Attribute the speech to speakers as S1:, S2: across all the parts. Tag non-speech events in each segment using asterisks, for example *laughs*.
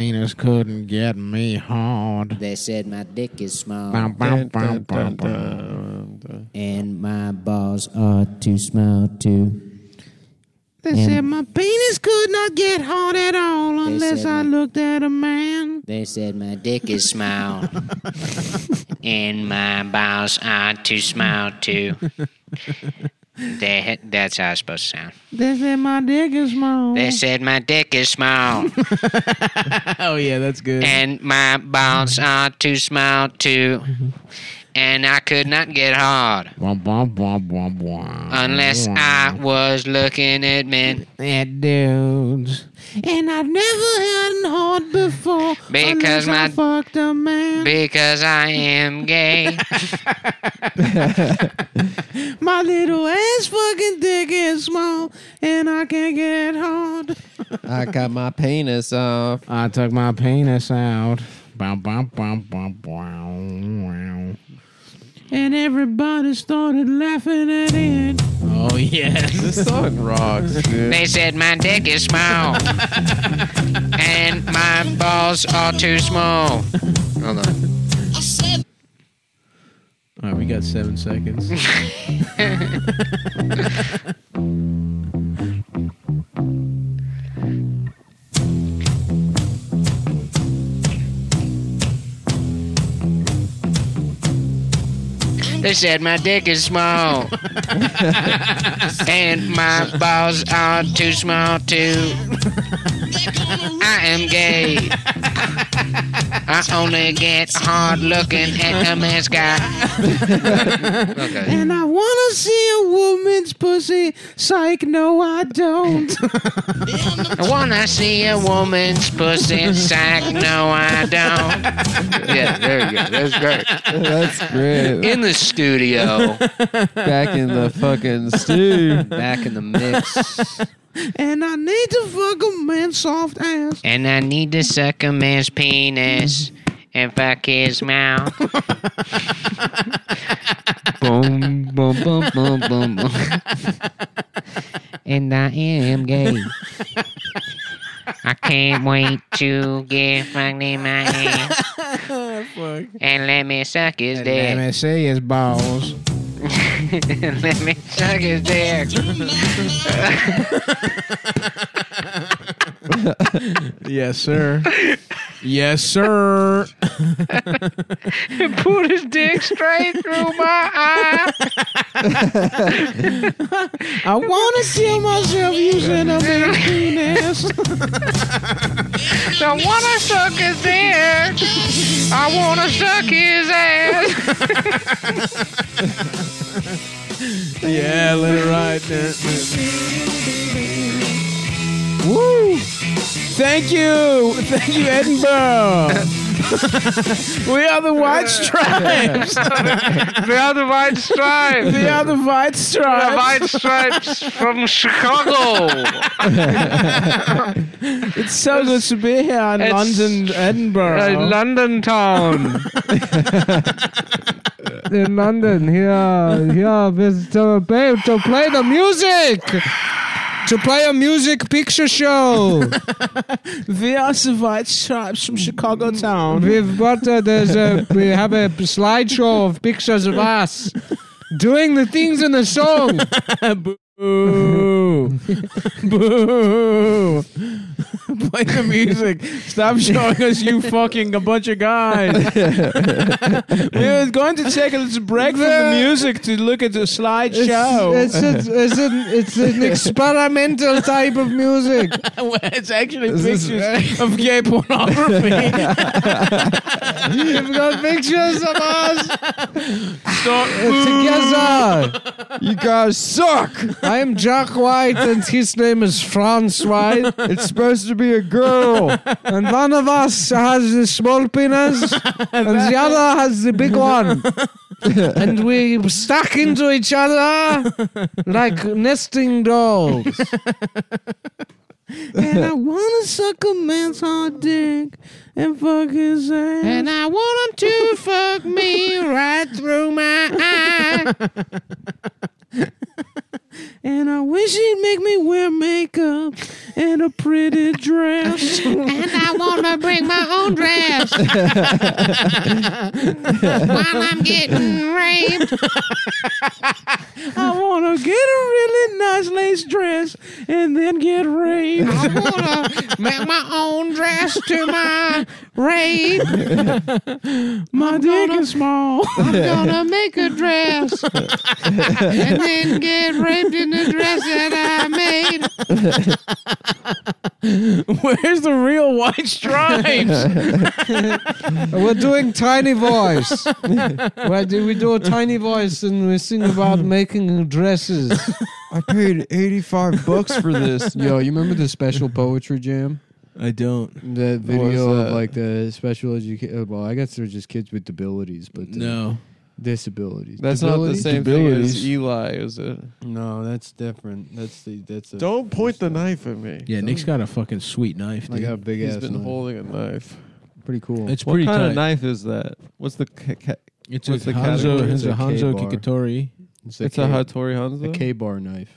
S1: just couldn't get me hard.
S2: They said my dick is small
S1: Bow, bow,
S3: Dun,
S1: bow,
S3: dun,
S1: bow,
S3: dun,
S1: bow.
S3: dun, dun.
S2: and my balls are too small too.
S1: They said my penis could not get hard at all unless
S2: said
S1: I
S2: my-
S1: looked at a man.
S2: They said my dick is small and my balls are too small too. They, that's how it's supposed to sound.
S1: They said my dick is small.
S2: They said my dick is small
S1: *laughs* Oh yeah, that's good.
S2: and my balls are too small too. And I could not get hard
S1: Womp, womp, womp, womp, womp.
S2: unless I was looking at men.
S1: That dudes. And I've never had a hard before.
S2: Because
S1: unless I
S2: my-
S1: fucked a man.
S2: Because I am gay.
S1: My little ass fucking dick is small and I can get hard.
S3: I got my penis off.
S1: I took my penis out. Bow, bow, bow, bow, bow, wow. And everybody started laughing at it. Oh, yeah.
S3: This song rocks, dude.
S2: They said my dick is small. and my balls are too small. Hold on.
S3: All right, we got seven seconds.
S2: They said my dick is small. and my balls are too small too. I am gay. I only get hard looking at a man's guy. okay.
S1: And I wanna see a woman's pussy. Psych, no, I don't.
S2: When I see a woman's pussy sack, no, I don't. Yeah, there you go. *laughs* That's great.
S3: That's great.
S2: in the studio,
S3: Back in the fucking stew.
S2: back in the mix.
S1: and I need to fuck a man's soft ass.
S2: And I need to suck a man's penis and fuck his mouth. boom, boom, boom, boom, boom, boom. and I am gay. I can't wait to get fucked in my ass and let me suck his
S1: Let
S2: dick.
S1: me see his balls.
S2: *laughs* Let me suck his dick.
S1: Yes, sir. yes, sir.
S2: Put his dick straight through my eye.
S1: I wanna kill myself using a
S3: *laughs*
S1: man's penis.
S2: I wanna suck his dick. I wanna suck his ass.
S3: Yeah, let it ride. There.
S1: Woo! Thank you, thank you, Edinburgh. *laughs* we are the White
S2: *laughs*
S1: Stripes.
S2: They are the white stripes.
S1: we
S2: The
S1: are the White Stripes.
S2: white stripes from Chicago.
S1: It's so good to be here in
S2: It's-
S1: London, Edinburgh.
S2: Uh, London town.
S1: in London, here, here, with the babe to play the music, to play a music picture show. we are the White Stripes from Chicago town.
S4: We've got uh, there's a we have a slideshow of pictures of us doing the things in the song.
S2: *laughs*
S1: Boo! Boo! *laughs* Play the music. Stop showing us you fucking a bunch of guys. we were going to take a *laughs* little break from the music to look at the slideshow.
S4: It's it's, it's, an, it's an experimental type of music.
S1: It's, actually
S3: This is-
S1: pictures of *laughs* gay pornography.
S4: We've got pictures of us
S1: so,
S4: together.
S3: You guys suck.
S4: I am Jack White and his name is Franz White,
S3: It's supposed to be a girl.
S4: and one of us has the small penis and the other has the big one. and we stuck into each other like nesting dolls.
S1: and I wanna suck a man's hard dick and fuck his ass. And I want him to fuck me right through my eye. And I wish he'd make me wear makeup and a pretty dress.
S5: And I want to bring my own dress while I'm getting raped.
S1: *laughs* I want to get a really nice lace dress and then get raped.
S5: I want to make my own dress to my rape.
S1: My dick is small.
S5: I'm gonna make a dress and then get raped in the dress that I made.
S1: Where's the real white stripes?
S6: *laughs* We're doing tiny voice. Why do we do a tiny voice and we sing about making dresses?
S3: I paid 85 bucks for this.
S6: *laughs* Yo, you remember the special poetry jam?
S1: I don't.
S6: That
S3: was
S6: video of
S3: that?
S6: like the special education. Well, I guess they're just kids with debilities, but the
S1: No.
S6: disabilities.
S3: That's not the
S6: Debilities?
S3: same
S6: Debilities.
S3: thing as Eli, is it?
S6: No, that's different. That's the that's. A,
S3: Don't point the knife at me.
S1: Yeah, Nick's got a fucking sweet knife,
S6: I
S1: dude.
S6: got a big
S3: He's
S6: ass.
S3: been
S6: knife.
S3: holding a knife.
S6: Pretty cool.
S1: It's
S3: What
S1: pretty
S3: kind
S1: tight.
S3: of knife is that? What's the? Ca- ca-
S1: It's
S3: What's
S1: a
S3: the category?
S1: Hanzo, it's a
S6: It's a
S1: Hanzo
S6: K-bar.
S1: Kikitori.
S3: it's a Hattori Hanzo.
S6: a K bar knife.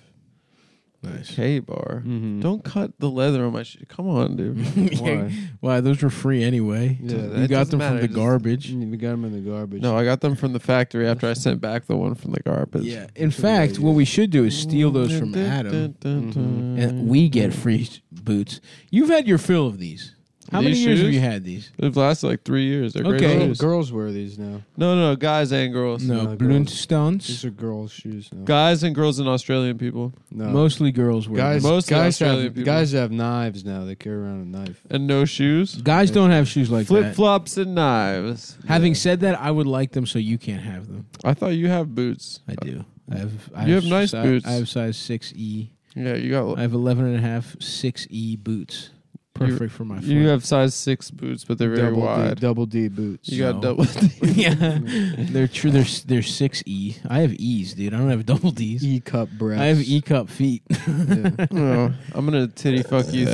S1: Nice.
S3: K bar. *laughs*
S6: Mhm.
S3: Don't cut the leather on my shit. Come on, dude.
S6: *laughs*
S1: Why? Why? Those were free anyway.
S6: Yeah,
S1: you
S3: that
S1: got
S3: doesn't
S1: them
S3: matter.
S1: from the
S3: Just-
S1: garbage.
S6: We got them in the garbage.
S3: no, I got them from the factory after I sent back the one from the garbage.
S1: Yeah. In fact, what we should do is steal those from
S3: Mm,
S1: Adam,
S3: Mm-hmm.
S1: and we get free *laughs* boots. You've had your fill of these. How
S3: These
S1: many years have
S3: shoes?
S1: you had these?
S3: They've lasted like three years. They're great
S1: Okay.
S6: Girl-
S3: shoes.
S6: girls wear these now.
S3: No, no, no, guys and girls.
S1: No,
S6: not These
S1: Blundstones.
S6: are girls' shoes now.
S3: Guys and girls and Australian people.
S6: No.
S1: Mostly girls wear.
S6: uh, guys,
S1: them.
S3: Most
S6: guys
S3: Australian
S6: have
S3: people.
S6: guys have knives now. They carry around a knife.
S3: And no *laughs* shoes.
S1: guys don't have shoes like
S3: Flip
S1: that.
S3: flops and knives.
S1: Having said that, I would like them so you can't have them.
S3: I thought you have boots.
S1: I do. I have. I
S3: You have nice
S1: si-
S3: boots.
S1: I have size six E.
S3: Yeah, you got.
S1: I have 11 and a half 6E boots. Perfect for my foot.
S3: you have size six boots, but they're very
S6: double
S3: wide.
S6: D, double D boots.
S3: you got
S1: No. *laughs*
S3: double. *laughs* D.
S5: *laughs*
S1: yeah. They're true. They're, they're 6E. I have E's, dude. I don't have double D's.
S6: E cup breasts.
S1: I have E cup feet. *laughs*
S3: *laughs*
S6: Yeah.
S3: No, I'm gonna titty fuck you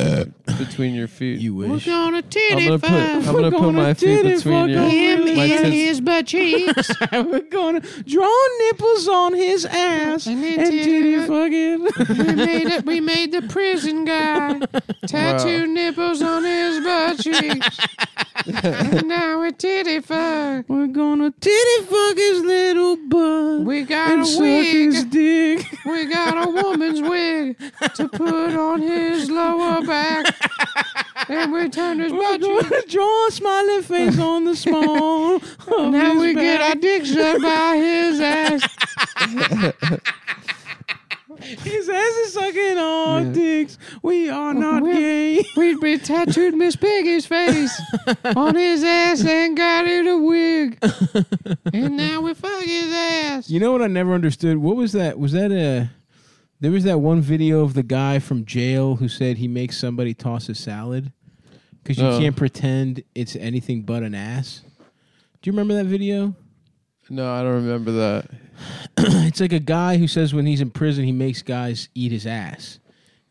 S3: between your feet.
S1: you
S5: We're
S1: wish.
S5: gonna
S3: I'm
S5: titty
S3: gonna put. I'm
S5: fuck
S3: gonna, put
S1: gonna
S3: my feet
S1: titty
S3: between
S1: fuck
S3: your.
S5: him
S3: my
S5: in
S3: tits.
S5: his
S1: *laughs*
S5: butt cheeks.
S1: We're gonna draw nipples on his ass
S5: And then
S1: and titty
S5: titty- *laughs*
S1: fucking. *laughs*
S5: we made it. We made the prison guy tattoo
S3: Wow.
S5: nipples on his butt cheeks. and now we titty fuck.
S1: We're gonna titty fuck his little butt.
S5: We got
S1: and
S5: a
S1: suck his
S5: wig.
S1: dick. *laughs*
S5: We got a woman's wig to put on his lower back. And we turned his
S1: We're
S5: butt cheeks.
S1: gonna draw a smiling face on the
S5: *laughs*
S1: small. of
S5: Now
S1: his
S5: we get
S1: back.
S5: our dicks up by his ass.
S1: His ass is sucking our dicks. We are not
S5: We're-
S1: gay.
S5: We'd be tattooed Miss Piggy's face on his ass and got it a wig. And now we fuck his ass.
S1: You know what I never understood? What was that? Was that a? There was that one video of the guy from jail who said he makes somebody toss a salad because you
S3: Oh.
S1: can't pretend it's anything but an ass. Do you remember that video? *clears throat*
S3: No, I don't remember that.
S1: it's like a guy who says when he's in prison he makes guys eat his ass,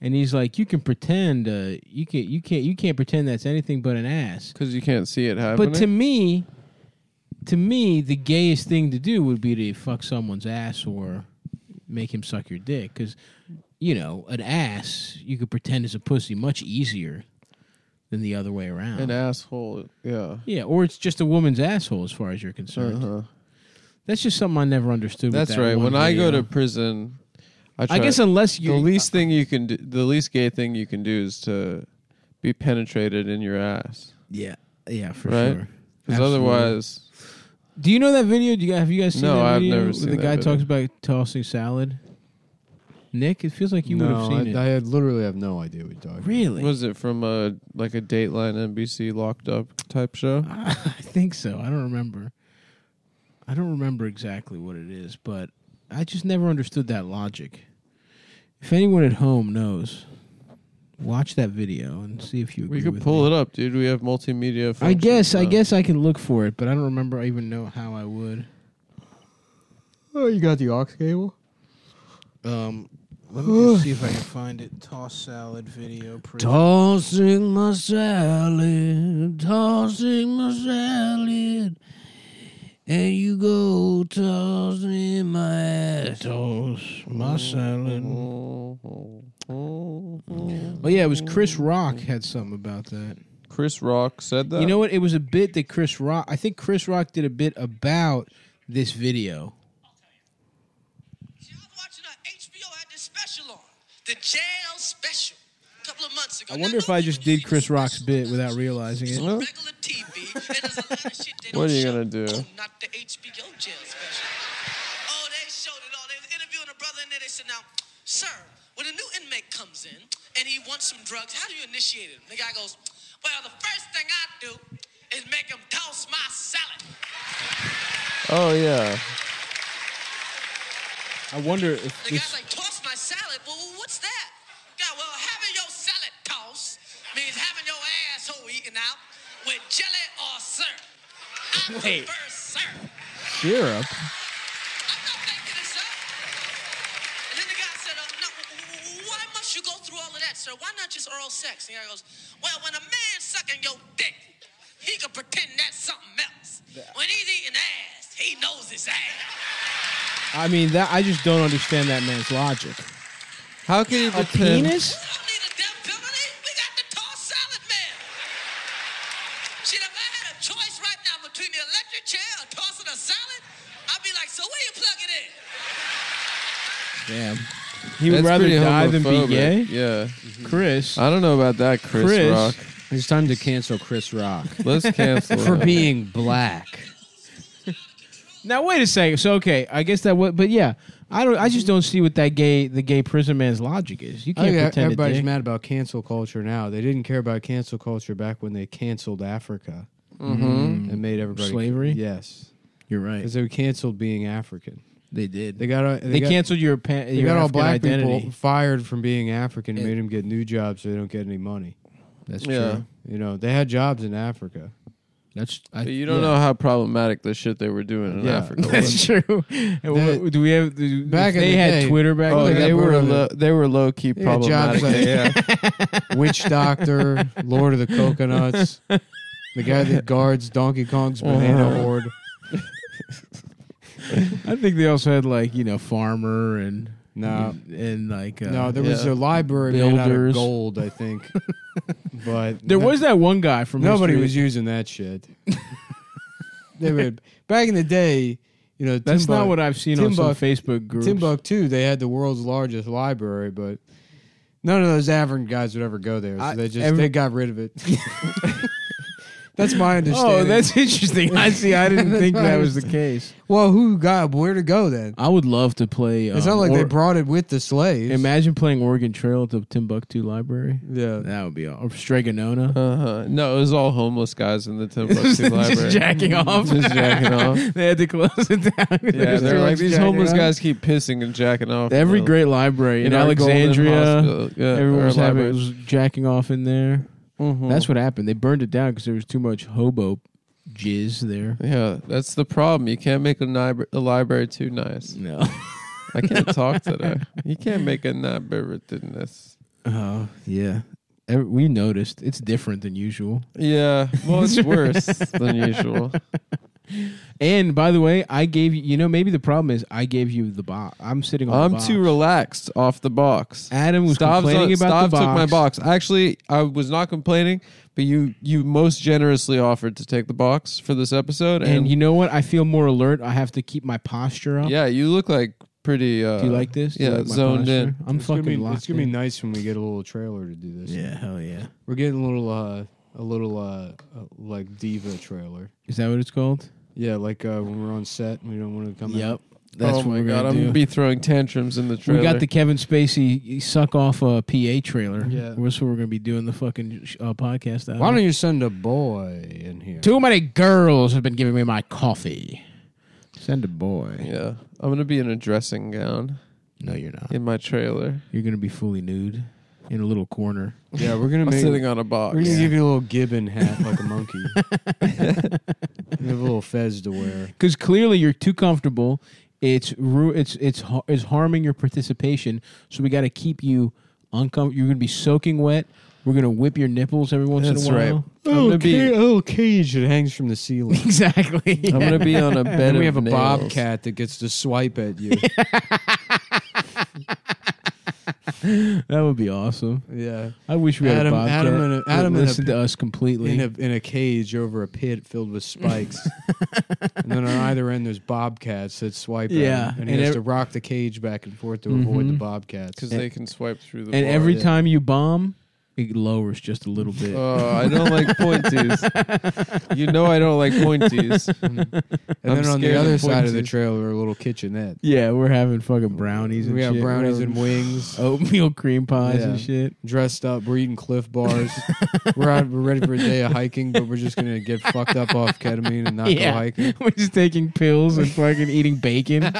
S1: and he's like, "You can pretend, uh, you can, you can't, you can't pretend that's anything but an ass."
S3: Because you can't see it happening.
S1: But to me, to me, the gayest thing to do would be to fuck someone's ass or make him suck your dick, because you know an ass you could pretend is a pussy much easier than the other way around.
S3: An asshole. Yeah.
S1: yeah, or it's just a woman's asshole as far as you're concerned.
S3: Uh-huh.
S1: That's just something I never understood. with
S3: That's
S1: that
S3: right.
S1: one
S3: When I go
S1: video.
S3: to prison, I, try,
S1: I guess unless
S3: the
S1: you uh,
S3: least thing you can do, the least gay thing you can do is to be penetrated in your ass.
S1: yeah, yeah, for
S3: Right?
S1: sure.
S3: Because
S1: Absolutely.
S3: otherwise,
S1: do you know that video? Do you guys, have you guys seen
S3: No,
S1: that
S3: I've
S1: video
S3: never
S1: where
S3: seen
S1: the
S3: that
S1: guy
S3: video.
S1: talks about tossing salad? Nick, it feels like you would have
S6: no,
S1: seen
S6: I,
S1: it.
S6: I had literally have no idea what you're talking. about.
S1: really?
S3: was it from a like a Dateline NBC locked up type show?
S1: *laughs* I think so. I don't remember. I don't remember exactly what it is, but I just never understood that logic. If anyone at home knows, watch that video and see if you agree
S3: We could
S1: with
S3: pull
S1: me.
S3: it up, dude. We have multimedia.
S1: I
S3: functions
S1: guess I
S3: now.
S1: guess I can look for it, but I don't remember. I even know how I would.
S6: Oh, you got the aux cable?
S1: Um, let me just see if I can find it. Toss salad video. Pre-
S6: Tossing my salad, tossing my salad and you go toss me my assholes, my salad.
S1: Oh yeah, it was Chris Rock had something about that.
S3: Chris Rock said that.
S1: You know what? It was a bit that Chris Rock. I think Chris Rock did a bit about this video.
S7: See, I was watching a HBO had this special on, the jail special, a couple of months ago.
S1: I wonder if I just did Chris Rock's bit without realizing it.
S3: Huh?
S7: Regular TV, and there's a lot of shit
S3: *laughs*
S7: they
S3: What
S7: don't
S3: are you
S7: show.
S3: gonna do?
S7: Oh, not the HBO jail special. Oh, they showed it all. They was interviewing a brother, and then they said, "Now, sir, when a new inmate comes in and he wants some drugs, how do you initiate him?" The guy goes, "Well, the first thing I do is make him toss my salad."
S3: Oh yeah.
S1: I wonder if
S7: The guy's like, toss my salad? Well, what's that? God, well, having your salad tossed means having your asshole eaten out with jelly or syrup. I
S1: Wait.
S7: prefer syrup.
S1: syrup.
S7: I'm not making this up. And then the guy said, uh, no, w- w- w- why must you go through all of that, sir? Why not just oral sex? And the guy goes, well, when a man's sucking your dick, he can pretend that's something else. When he's eating ass, he knows his ass.
S1: I mean, that I just don't understand that man's logic.
S3: How can you pretend?
S7: I don't need a death penalty. We got the tall salad man. Shit, if I had a choice right now between the electric chair or tossing a salad, I'd be like, so where you plug it in?
S1: Damn. He would
S3: That's
S1: rather
S3: pretty
S1: die than be
S3: homophobic. Uh,
S1: gay.
S3: Yeah.
S1: Chris.
S3: I don't know about that, Chris,
S1: Chris.
S3: Rock.
S6: It's time to cancel
S3: *laughs*
S6: Chris Rock
S3: Let's
S1: *laughs*
S3: cancel
S6: for
S3: that.
S6: being black.
S1: Now wait a second. So okay, I guess that would. But yeah, I don't. I just don't see what that gay the gay prison man's logic is. You can't
S6: Okay,
S1: pretend
S6: everybody's
S1: to
S6: mad about cancel culture now. They didn't care about cancel culture back when they canceled Africa Mm-hmm. and made everybody
S1: Slavery?
S6: Yes,
S1: You're Mm-hmm. right.
S6: because they canceled being African.
S1: They did. They,
S6: They got a- they, got,
S1: canceled your pa-
S6: They
S1: your
S6: got all
S1: African
S6: black
S1: identity.
S6: people fired from being African and
S1: Yeah.
S6: made them get new jobs so they don't get any money.
S1: That's
S3: Yeah. true.
S6: You know, they had jobs in Africa.
S1: That's I,
S3: But you don't know how problematic the shit they were doing in
S6: Yeah.
S3: Africa. was.
S1: *laughs* That's true.
S6: That-
S1: do we have? Do, if
S6: Back in
S1: they
S6: the
S1: had
S6: day-
S1: Twitter back
S3: Oh,
S1: then.
S6: Like
S3: they
S6: that
S3: were
S6: bourbon.
S3: low, they were low key
S6: They had jobs
S3: problematic. *laughs* yeah.
S6: like
S1: *laughs*
S6: Witch Doctor, Lord of the Coconuts, the guy that guards Donkey Kong's banana
S3: Uh-huh.
S6: horde.
S1: I think they also had like you know farmer and
S6: No.
S1: and like uh,
S6: No, there was
S3: Yeah.
S6: a library made out of
S1: Builders.
S6: gold,
S1: *laughs*
S6: I think. but
S1: there
S6: no-
S1: was that one guy from
S6: nobody
S1: history-
S6: was using that shit. they would back in the day, you know.
S1: That's not
S6: Timbuk-
S1: what I've seen on some
S6: Timbuk-
S1: Facebook groups.
S6: Timbuktu, they had the world's largest library, but none of those African guys would ever go there. So
S1: I-
S6: they just
S1: every-
S6: they got rid of it. *laughs* that's my understanding.
S1: Oh, that's interesting. I see. I
S6: *laughs*
S1: didn't think
S6: That's
S1: that
S6: my
S1: was the case.
S6: well, who got where to go then?
S1: I would love to play.
S6: It's
S1: um,
S6: not like they
S1: or-
S6: brought it with the slaves.
S1: Imagine playing Oregon Trail at the Timbuktu Library.
S6: yeah,
S1: That would be all. Or Stregonona.
S3: Uh huh. No, it was all homeless guys in the
S1: *laughs* Just
S3: Timbuktu library.
S1: jacking off.
S3: Just
S1: *laughs*
S3: jacking off.
S1: they had to close it down.
S3: Yeah,
S1: *laughs*
S3: they're like these
S1: Jacking
S3: homeless
S1: off.
S3: guys keep pissing and jacking off.
S1: Every
S3: uh,
S1: great library in,
S3: our Golden
S1: Alexandria,
S3: Hospital. Yeah,
S1: everyone
S3: our
S1: was, having,
S3: library.
S1: was jacking off in there.
S3: Mm-hmm.
S1: That's what happened. They burned it down because there was too much hobo jizz there.
S3: Yeah, that's the problem. You can't make a, nib- a library too nice.
S1: No.
S3: I can't talk today. You can't make a library too nice.
S1: *laughs* Oh yeah, Ev- we noticed it's different than usual.
S3: Yeah, well, it's worse
S1: *laughs*
S3: than usual.
S1: And by the way, I gave you. You know, maybe the problem is I gave you the box. I'm sitting. on the
S3: I'm
S1: box.
S3: too relaxed off the box.
S1: Adam was
S3: Stav's
S1: complaining
S3: on-
S1: about
S3: Stav
S1: the box.
S3: took my box. Actually, I was not complaining, but you you most generously offered to take the box for this episode, and,
S1: And you know what? I feel more alert. I have to keep my posture up.
S3: yeah, you look like pretty. Uh,
S1: Do you like this? Do you
S3: Yeah,
S1: like my
S3: zoned
S1: posture?
S3: in.
S1: I'm
S6: it's gonna,
S1: fucking
S6: be,
S1: locked.
S6: it's gonna be
S1: in.
S6: nice when we get a little trailer to do this.
S1: Yeah, hell yeah.
S6: We're getting a little, uh, a little, uh, uh, like diva trailer.
S1: Is that what it's called?
S6: Yeah, like uh, when we're on set and we don't want to come out.
S1: That's
S3: oh
S1: what
S3: my
S1: we're
S3: god,
S1: gonna
S3: I'm
S1: do.
S3: gonna be throwing tantrums in the trailer.
S1: We got the Kevin Spacey suck off a PA trailer.
S6: Yeah.
S1: that's what we're gonna be doing the fucking sh- uh, podcast. out
S6: Why
S1: of.
S6: don't you send a boy in here?
S1: Too many girls have been giving me my coffee. Send a boy.
S3: yeah. I'm gonna be in a dressing gown
S1: No, you're not.
S3: in my trailer.
S1: You're gonna be fully nude in a little corner.
S6: Yeah, we're gonna
S3: I'm
S6: make.
S3: sitting on a box.
S6: We're gonna give you a little gibbon hat like
S1: *laughs*
S6: a monkey. you have a little fez to wear.
S1: Because clearly you're too comfortable. It's ru- it's it's har- it's harming your participation. So we got to keep you uncomfortable. You're gonna be soaking wet. We're gonna whip your nipples every once
S3: That's
S1: in a
S3: right.
S1: while.
S3: I'm gonna be.
S6: *laughs* oh, cage that hangs from the ceiling.
S1: *laughs* Exactly.
S3: *laughs* I'm gonna be uh, on a bed.
S6: Then
S3: of
S6: we have a
S3: nails.
S6: bobcat that gets to swipe at you.
S1: *laughs* That would be awesome.
S6: yeah,
S1: I wish we had
S6: Adam-
S1: a bobcat.
S6: Adam and a-
S1: that
S6: Adam and a-
S1: listened to us completely.
S6: in a in a cage over a pit filled with *laughs* spikes, and then on either end there's bobcats that swipe.
S1: Yeah,
S6: at him, and, Mm-hmm.
S1: and
S6: he has
S1: ev-
S6: to rock the cage back and forth to avoid the bobcats.
S3: because they can swipe through the.
S1: and
S3: bar.
S1: every time you bomb, it lowers just a little bit.
S6: Uh,
S3: Oh, I
S1: *laughs*
S3: don't like pointies. you know I don't like pointies.
S6: And
S3: I'm
S6: then on the
S3: scared of
S6: other side of the
S3: pointies.
S6: trail are a little kitchenette.
S1: yeah, we're having fucking brownies. And
S6: We have
S1: shit.
S6: brownies
S1: We're
S6: and
S1: *laughs*
S6: wings.
S1: oatmeal cream pies and
S6: Yeah.
S1: shit.
S6: Dressed up, we're eating Cliff *laughs* Bars. we're out, we're ready for a day of hiking, but we're just gonna get fucked up off ketamine and not
S1: Yeah. *laughs*
S6: go hiking.
S1: We're just taking pills and fucking eating
S6: *laughs*
S1: bacon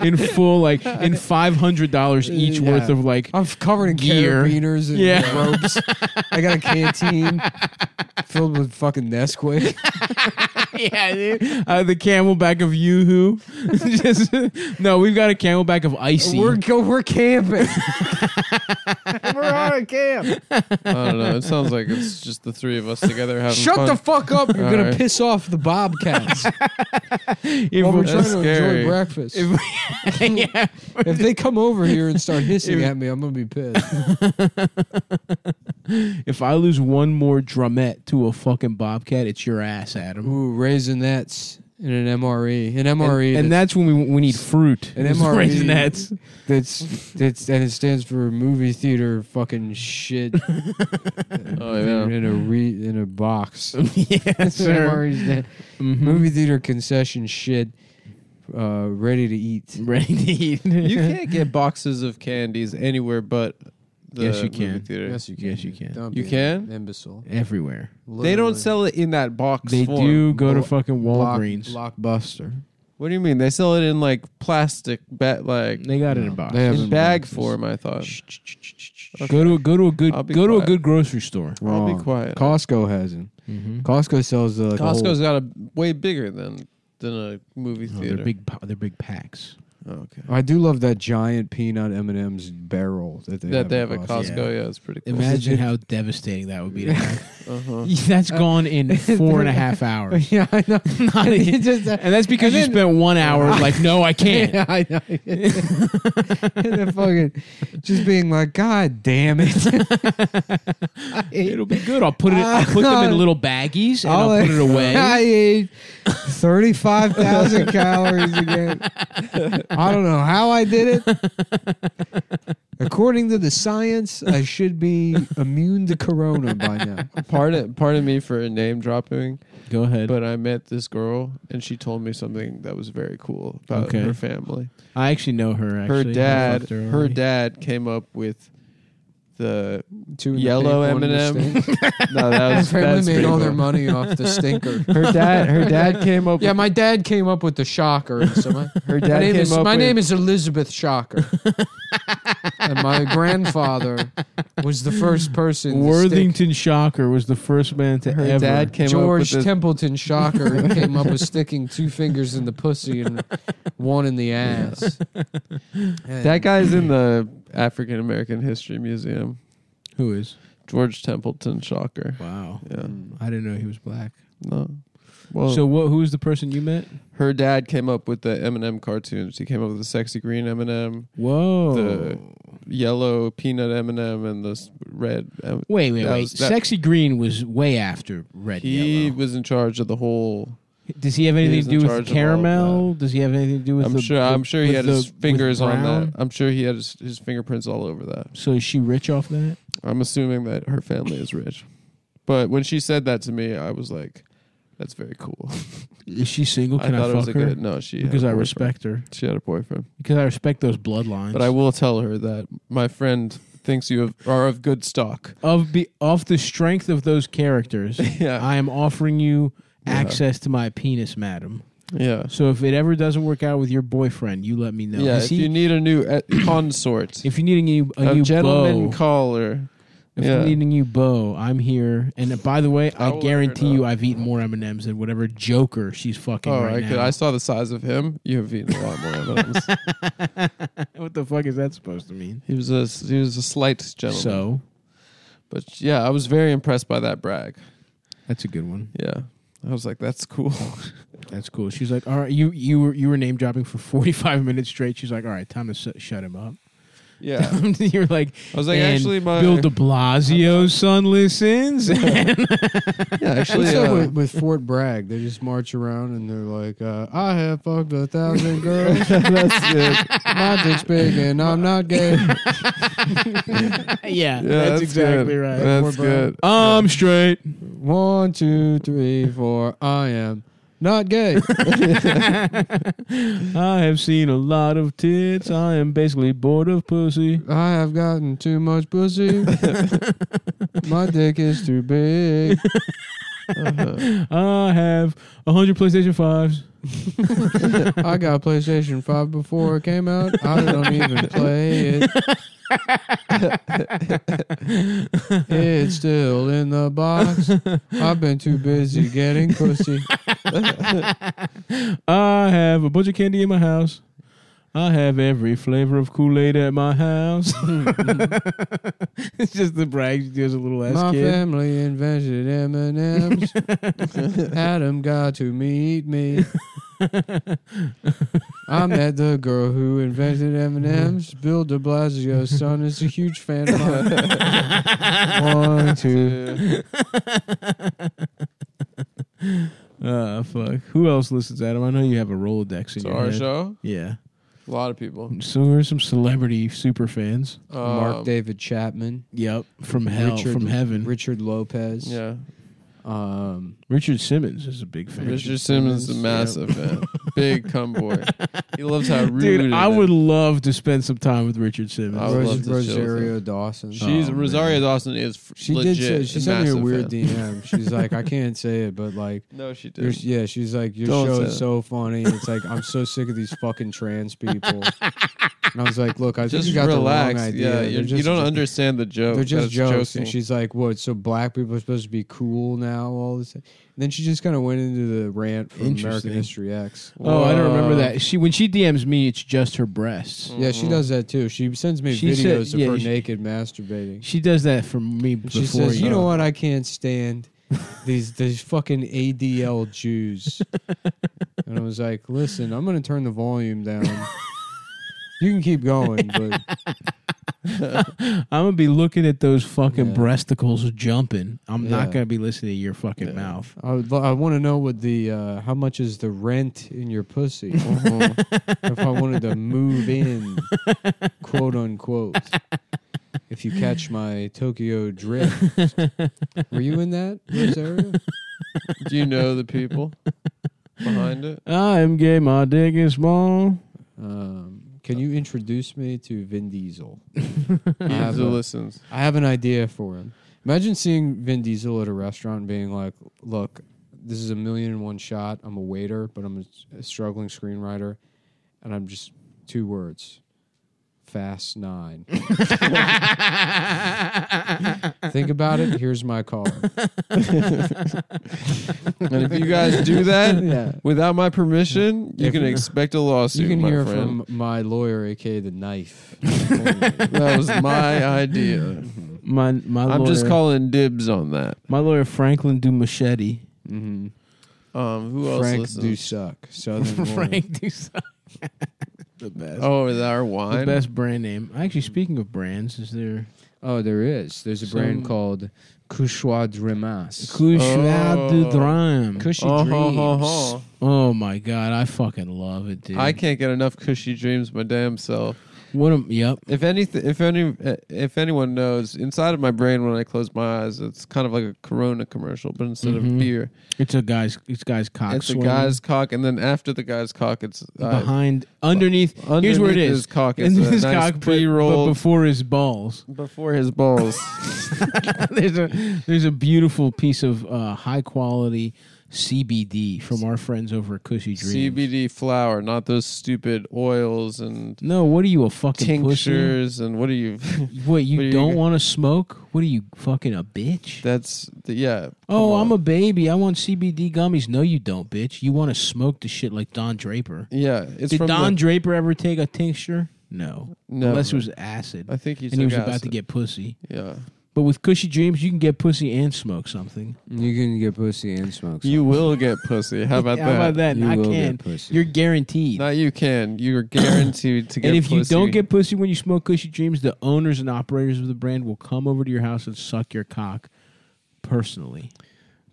S1: in full, like in five hundred dollars each
S6: Yeah.
S1: worth of like.
S6: I'm f- covered in
S1: Gear.
S6: carabiners and
S1: Yeah.
S6: ropes. I got a *laughs* canteen filled with fucking Nesquik.
S1: yeah, dude. Uh, the camelback of YooHoo. *laughs* just no, we've got a camelback of icy.
S6: We're go, we're camping. we're on a camp.
S3: I don't know. It sounds like it's just the three of us together having
S6: Shut
S3: fun.
S6: the fuck up! You're
S3: All
S6: gonna
S3: right.
S6: piss off the Bobcats
S1: if
S6: while we're
S1: we're-
S6: trying
S3: That's
S6: to
S3: scary.
S6: enjoy breakfast. If, *laughs*
S1: yeah,
S6: they come over here and start hissing at me, I'm gonna be pissed.
S1: If I lose one more drumette to a fucking bobcat, it's your ass, Adam.
S6: Ooh, raisinets in an MRE, an MRE,
S1: And E that's when we we need fruit.
S6: An
S1: It's *laughs*
S6: MRE.
S1: Raisinets.
S6: that's, that's that's and it stands for movie theater fucking shit
S3: Oh yeah.
S6: in a re, in a
S1: *laughs*
S6: box. *laughs*
S1: yes, sir. Mm-hmm.
S6: MRE's E that movie theater concession shit, uh, ready to eat.
S1: Ready to *laughs* eat.
S3: You can't get boxes of candies anywhere but the
S1: Yes, you
S3: movie
S1: can.
S3: theater.
S6: you
S1: Yes, you can.
S6: Don't
S3: You
S6: be
S3: can?
S6: an imbecile.
S1: Everywhere.
S3: They
S6: Literally.
S3: don't sell it in that box.
S1: They
S3: form.
S1: do go to
S6: Blo-
S1: fucking
S6: Block-
S1: Walgreens.
S6: Blockbuster.
S3: What do you mean? They sell it in like plastic, ba- like
S1: They got it in a box.
S6: They have
S3: in
S6: it
S3: bag
S6: boxes.
S3: form. I thought.
S1: Go to a, go to a good
S3: I'll be
S1: go to a
S3: quiet.
S1: good grocery store.
S3: I'll be
S6: Wrong.
S3: quiet.
S6: Costco has them.
S1: Mm-hmm.
S6: Costco sells uh, the like, a whole-
S3: Costco's got a way bigger than than a movie
S1: No,
S3: theater.
S1: they're big. pa- They're big packs.
S3: okay.
S6: I do love that giant peanut M and M's barrel that they
S3: That they
S6: have
S3: have at Costco, yeah, it's pretty cool. *laughs*
S1: Imagine how devastating that *laughs* would be. To have.
S3: Uh-huh.
S1: That's gone in four and a *laughs* half hours.
S6: *laughs* Yeah, I
S3: *laughs*
S6: know.
S1: Not
S6: It
S1: even-
S6: just-
S1: and that's because
S6: and
S1: you
S6: then-
S1: spent one *laughs* hour like, no, I *laughs* can't.
S6: *laughs* Yeah, I know. *laughs* and then fucking just being like, God damn it. *laughs* I hate-
S1: It'll be good. I'll put it.
S3: Ah,
S1: I'll put them in little baggies and I'll,
S6: I'll-
S3: *laughs*
S6: *laughs*
S1: put it away.
S6: I ate 35,000 calories again. I don't know how I did it. According to the science, I should be immune to corona by now.
S3: Pardon, pardon me for name dropping,
S1: Go ahead. But
S3: but I met this girl and she told me something that was very cool about
S1: Okay.
S3: her family.
S1: I actually know her. Actually,
S3: her dad,
S1: I fucked
S3: her,
S1: already.
S3: dad came up with the
S6: Two in the
S3: yellow
S6: pink,
S3: M
S6: one
S3: and
S6: in the
S3: M.
S6: stink.
S3: No, that
S6: *laughs* That
S3: was
S6: family
S3: *laughs* that's
S6: made
S3: pretty
S6: all their
S3: cool.
S6: money off the stinker.
S3: Her dad, her dad came up.
S6: Yeah,
S3: with,
S6: my dad came up with the shocker.
S3: *laughs*
S6: And so my,
S3: her
S6: my
S3: dad
S6: name
S3: came
S6: is
S3: up
S6: my
S3: with,
S6: name is Elizabeth Shocker, and my grandfather was the first person. to stick-
S1: Worthington Shocker was the first man to
S3: Her
S1: ever.
S3: dad came
S6: George
S3: up with this,
S6: Templeton Shocker and came up with sticking two fingers in the pussy and one in
S3: *laughs*
S6: the ass. And
S3: That guy's in the African American History Museum.
S1: Who is?
S3: George Templeton Shocker.
S1: Wow.
S3: Yeah.
S6: Hmm.
S1: I didn't know he was black.
S3: No. Well,
S1: so what? Who was the person you met?
S3: her dad came up with the M&M cartoons. He came up with the sexy green M&M,
S1: Whoa.
S3: the yellow peanut M&M, and the s- red. M-
S1: wait, wait,
S3: that
S1: wait.
S3: was- that-
S1: Sexy Green was way after Red
S3: he
S1: Yellow.
S3: was in charge of the whole.
S1: Does he have anything
S3: was
S1: to
S3: in
S1: do
S3: charge
S1: with
S3: of all
S1: caramel? Does he have anything to do with?
S3: I'm
S1: the,
S3: sure. I'm sure he
S1: with
S3: had
S1: the-
S3: his
S1: with
S3: fingers on
S1: brown?
S3: that. I'm sure he had his, his fingerprints all over that.
S1: So is she rich off that?
S3: I'm assuming that her family is rich, but when she said that to me, I was like, "That's very cool."
S1: Is she single?
S3: I
S1: Can I,
S3: thought
S1: fuck
S3: it was a
S1: her?
S3: good. No, she had
S1: because
S3: a
S1: I
S3: boyfriend.
S1: respect her.
S3: She had a boyfriend,
S1: Because I respect those bloodlines.
S3: but I will tell her that my friend thinks you have, are of good stock.
S1: of be off the strength of those characters,
S3: *laughs* Yeah.
S1: I am offering you access to my penis, madam.
S3: Yeah.
S1: So if it ever doesn't work out with your boyfriend, you let me know.
S3: Yeah,
S1: Is
S3: if
S1: he-
S3: you need a
S1: *clears throat*
S3: new uh, consort,
S1: if you need a new a,
S3: a
S1: new
S3: gentleman
S1: beau,
S3: caller,
S1: if
S3: yeah.
S1: you need a new beau, I'm here. And by the way,
S3: I
S1: I,
S3: will
S1: guarantee
S3: let her
S1: you,
S3: know.
S1: I've eaten more M and M's than whatever Joker she's fucking
S3: oh,
S1: right
S3: I,
S1: *laughs*
S3: could,
S1: now.
S3: I saw the size of him. You have eaten a lot more of
S1: *laughs*
S3: those.
S1: what the fuck is that supposed to mean?
S3: he was a he was a slight gentleman.
S1: So
S3: But yeah, I was very impressed by that brag.
S1: That's a good one.
S3: Yeah. I was like, that's cool. *laughs*
S1: That's cool. She's like, all right, you you were you were name dropping for forty five minutes straight. She's like, all right, time to s- shut him up.
S3: yeah.
S1: *laughs* You're like,
S3: I was like,
S1: and
S3: actually, my-
S1: Bill De Blasio's son
S3: *laughs*
S1: listens.
S3: Yeah, actually,
S6: What's up
S3: uh,
S6: with, with Fort Bragg? They just march around and they're like, uh, "I have fucked a
S3: *laughs*
S6: thousand girls.
S3: that's it.
S6: My dick's big and I'm not gay."
S1: *laughs* yeah,
S3: Yeah,
S1: that's, exactly
S3: good.
S1: right.
S3: That's good.
S1: I'm straight.
S6: One, two, three, four. I am not gay.
S1: I have seen a lot of tits. I am basically bored of pussy.
S6: I have gotten too much pussy. My dick is too big.
S1: I have a hundred PlayStation fives.
S6: *laughs* I got PlayStation 5 before it came out. I don't even play *laughs* it. it's still in the box. I've been too busy getting *laughs* pussy.
S1: I have a bunch of candy in my house. I have every flavor of Kool Aid at my
S3: *laughs*
S1: house. *laughs* it's just the brag she does a little ass
S6: My
S1: kid.
S6: family invented *laughs* M&Ms. Adam got to meet me. I met the girl who invented M&Ms. Bill de Blasio's son is a huge fan of *laughs* mine.
S1: *laughs*
S6: One, two.
S1: *laughs* Uh, fuck. Who else listens, Adam? I know you have a Rolodex in
S3: So
S1: your
S3: our
S1: head.
S3: show,
S1: Yeah.
S3: a lot of people.
S1: So are some celebrity super fans.
S6: Mark
S3: Um,
S6: David Chapman.
S1: Yep. From hell,
S6: Richard-
S1: from heaven.
S6: Richard Lopez.
S3: Yeah.
S6: Um,
S1: Richard Simmons is a big fan.
S3: Richard Simmons is a massive
S1: *laughs*
S3: fan. Big cum boy. He loves
S6: *laughs*
S3: how rude.
S1: Dude,
S3: it
S1: I
S3: is.
S1: would love to spend some time with Richard Simmons.
S3: I would
S6: Ros-
S3: love to chill with
S6: Rosario Dawson.
S3: She's
S1: Oh, man.
S3: Rosario Dawson is f-
S6: she
S3: legit.
S6: did say she
S3: a
S6: sent me a
S3: massive
S6: weird
S3: fan. *laughs*
S6: DM. She's like, I can't say it, but like,
S3: No, she
S6: your,
S3: did.
S6: yeah, she's like, your
S3: Don't
S6: show
S3: say
S6: is
S3: that.
S6: so funny. It's like I'm so sick of these fucking
S3: *laughs*
S6: trans people. and I was like, look, I think
S3: Just
S6: you got
S3: relax.
S6: the wrong
S3: Yeah,
S6: idea. They're
S3: you're- you
S6: just-
S3: don't understand the joke.
S6: They're just
S3: That's
S6: jokes.
S3: joking.
S6: And she's like, what? So black people are supposed to be cool now? All this. And then she just kind of went into the rant from American
S1: Interesting.
S6: History X.
S1: Oh, I don't remember
S3: Whoa.
S1: that. She when she DMs me, it's just her breasts.
S3: Mm.
S6: Yeah, she does that too. She sends me
S1: Mm-hmm. She
S6: videos
S1: said-
S6: of
S1: yeah,
S6: her
S1: she-
S6: naked masturbating.
S1: She does that for me
S6: And
S1: before uh,
S6: she says,
S1: you.
S6: "You know what? I can't stand these these fucking ADL Jews." and I was like, "Listen, I'm gonna turn the volume down. you can keep going, but
S1: I'm gonna be looking at those fucking
S6: Yeah.
S1: breasticles jumping. I'm
S6: Yeah.
S1: not gonna be listening to your fucking mouth.
S6: I would, lo- I want to know what the uh, how much is the rent in your pussy Uh-huh. if I wanted to move in, quote unquote." If you catch my Tokyo drift, were you in that Rosario?
S3: *laughs* Do you know the people
S6: *laughs*
S3: behind it?
S1: I am gay. My dick is small.
S6: Um, can you introduce me to Vin Diesel? *laughs* I,
S3: He
S6: have
S3: still
S6: a,
S3: listens.
S6: I have an idea for him. Imagine seeing Vin Diesel at a restaurant and being like, look, this is a million and one shot. I'm a waiter, but I'm a, a struggling screenwriter. And I'm just two words Fast *laughs* Nine. Think about it. Here's my *laughs* call.
S3: And if you guys do that
S6: *laughs* Yeah.
S3: without my permission, you
S6: If-
S3: can expect a lawsuit.
S6: You can
S3: my
S6: hear
S3: friend.
S6: from my lawyer, aka the *laughs* knife.
S3: that
S6: *laughs*
S3: was my idea.
S1: *laughs* My my
S3: I'm
S1: lawyer,
S3: just calling dibs on that.
S1: my lawyer Franklin do
S3: *laughs*
S1: machete.
S6: mm-hmm.
S3: Um, who else
S6: Frank
S3: listens?
S6: do suck. *laughs* Southern Frank.
S1: Frank do the best.
S3: Oh, is that our
S1: the
S3: wine?
S1: best brand name. Actually, speaking of brands, is there
S6: Oh, there is. There's a brand
S1: Some-
S6: called Couchoir Dremas.
S1: Couchoir du
S3: Oh.
S1: Drame?
S6: Cushy
S3: Oh, ho,
S6: Dreams.
S3: ho, ho.
S1: Oh my god, I fucking love it, dude.
S3: I can't get enough cushy dreams my damn self.
S1: What am? Yep.
S3: If anything, if any, if anyone knows, inside of my brain when I close my eyes, it's kind of like a Corona commercial, but instead
S1: Mhm.
S3: of beer,
S1: It's a guy's. It's guy's cock.
S3: it's a
S1: swinging
S3: guy's cock, and then after the guy's cock, it's uh,
S1: behind, underneath. here's where it
S3: underneath
S1: is.
S3: His cock is
S1: In
S3: a
S1: his
S3: nice
S1: cock, but-
S3: pre-roll
S1: but before his balls.
S3: before his balls.
S1: *laughs* there's a there's a beautiful piece of uh, high quality CBD from our friends over at Cushy *laughs* Dreams.
S3: CBD flower, not those stupid oils and
S1: No, what are you a fucking pussy?
S3: tinctures and what are you? *laughs*
S1: What you
S3: What are you
S1: don't
S3: go-
S1: want to smoke? What are you fucking a bitch?
S3: That's the, yeah.
S1: oh, I'm a baby. I want CBD gummies. No, you don't, bitch. You want to smoke the shit like Don Draper.
S3: yeah. It's
S1: Did
S3: from
S1: Don
S3: the,
S1: Draper ever take a tincture? No,
S3: No.
S1: unless it was acid,
S3: I think he's
S1: and he was about to get pussy.
S3: yeah.
S1: But with Cushy Dreams, you can get pussy and smoke something.
S6: You can get pussy and smoke.
S3: You will get pussy. How about
S1: How
S3: that?
S1: about that?
S6: You
S1: I
S6: will
S1: can.
S6: get pussy.
S1: You're guaranteed.
S3: Not you can. You're guaranteed to get.
S1: and if you
S3: pussy.
S1: don't get pussy when you smoke Cushy Dreams, the owners and operators of the brand will come over to your house and suck your cock personally.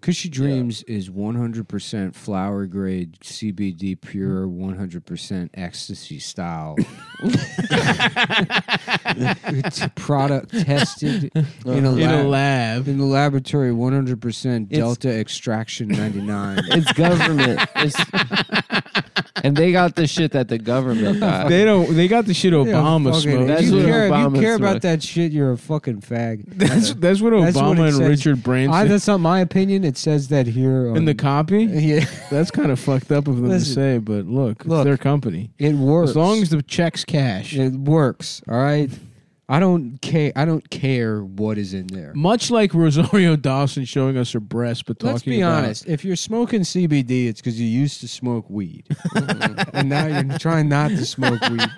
S6: Cushy Dreams is 100% flower grade CBD pure 100% ecstasy *laughs* style. it's product tested in a
S1: In a
S6: lab.
S1: lab.
S6: In the laboratory, 100%
S3: It's-
S6: Delta Extraction 99. *laughs*
S3: it's government. It's, and they got the shit that the government got.
S1: They don't. They got the shit
S6: Yeah,
S1: Obama
S6: fuck it.
S1: smoked.
S6: If
S3: That's
S6: you
S3: what
S6: care, if
S3: Obama
S6: you care about
S3: smoked.
S6: that shit, you're a fucking fag.
S1: That's that's what Obama
S6: *laughs* That's what it
S1: and
S6: says.
S1: Richard Branson
S6: I, that's not my opinion. It says that here. On,
S1: in the
S6: *laughs*
S1: copy.
S6: yeah,
S1: That's kind of fucked up of them to
S6: Listen.
S1: say, but look, it's
S6: Look.
S1: their company.
S6: it works.
S1: As long as the check's cash.
S6: It works. All right. I don't care. I don't care what is in there.
S1: Much like Rosario Dawson showing us her breasts, but talking
S6: Let's be
S1: about-
S6: honest. If you're smoking CBD, it's because you used to smoke *laughs* weed, and now you're trying not to smoke weed,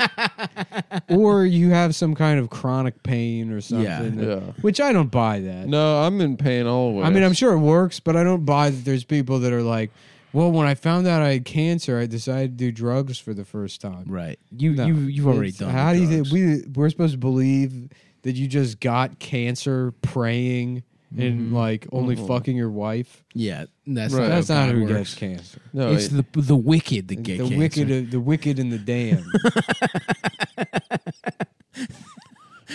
S6: *laughs* or you have some kind of chronic pain or something.
S1: Yeah.
S6: that-
S3: Yeah.
S6: Which I don't buy
S3: *laughs*
S6: that.
S3: No, I'm in pain always.
S6: I mean, I'm sure it works, but I don't buy that. There's people that are like, "Well, when I found out I had cancer, I decided to do drugs for the first time."
S1: right? You
S6: No,
S1: you you've already
S6: it's-
S1: done.
S6: How
S1: the
S6: do you think
S1: drugs.
S6: we we're supposed to believe that you just got cancer praying and
S1: Mm-hmm.
S6: like only fucking your wife?
S1: Yeah, that's
S3: Right.
S1: not
S6: That's not
S1: how it
S6: who
S1: works.
S6: gets cancer.
S3: No,
S1: It's
S3: it-
S1: the the wicked that
S6: The
S1: get cancer.
S6: wicked, the wicked and
S1: *laughs*
S6: the damned.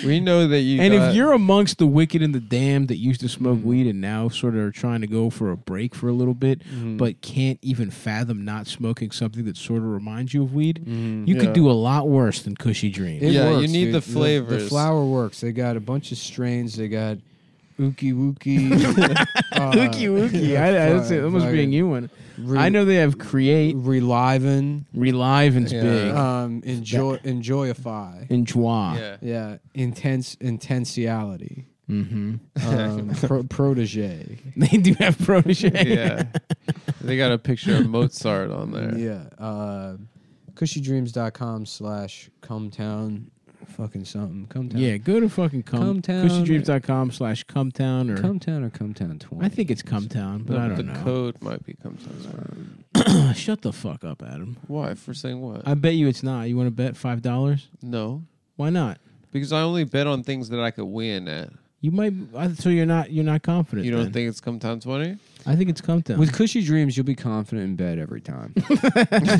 S3: we know that you.
S1: and
S3: got- Mm-hmm.
S1: if you're amongst the wicked and the damned that used to smoke weed and now sort of are trying to go for a break for a little bit,
S3: Mm-hmm.
S1: but can't even fathom not smoking something that sort of reminds you of weed, you
S3: Mm-hmm. Yeah.
S1: could do a lot worse than Cushy Dreams.
S6: It
S3: Yeah, you
S6: works,
S3: need
S6: dude.
S3: the
S6: The,
S3: flavors.
S6: flower works. They got a bunch of strains. They got ookie wookie, uh,
S1: Ookie wookie. I, I, that's
S3: *laughs*
S1: it. That must be a
S6: fucking
S1: new one. *laughs*
S6: re-
S1: I know they have Create,
S6: relivin',
S1: Reliven's
S3: Yeah. Uh,
S1: big,
S6: um, enjoy, enjoyify.
S1: and Joie.
S3: yeah.
S6: Yeah, intense
S1: *laughs*
S6: intensiality.
S1: Mm-hmm.
S6: Um, pro- protege.
S1: They do have protege.
S3: yeah. They got a picture of Mozart on there.
S6: Yeah. Uh, cushydreams.com slash cumtown. Fucking something. Cumtown.
S1: Yeah, go to fucking cum,
S6: Cumtown.
S1: cushydreams.com slash cumtown or
S6: Cumtown or cumtown 20.
S1: I think it's cumtown, but
S3: No,
S1: I
S3: but
S1: don't
S3: the
S1: know.
S3: code might be Mozart.
S1: Shut the fuck up, Adam.
S3: Why? For saying what?
S1: I bet you it's not. You want to bet five dollars?
S3: no,
S1: Why not?
S3: because I only bet on things that I could win at.
S1: You might. I- So you're not. You're not confident.
S3: You don't
S1: then.
S3: think it's come times twenty?
S1: I think it's cumtown.
S6: With Cushy Dreams, you'll be confident in bed
S1: *laughs*
S6: every time. when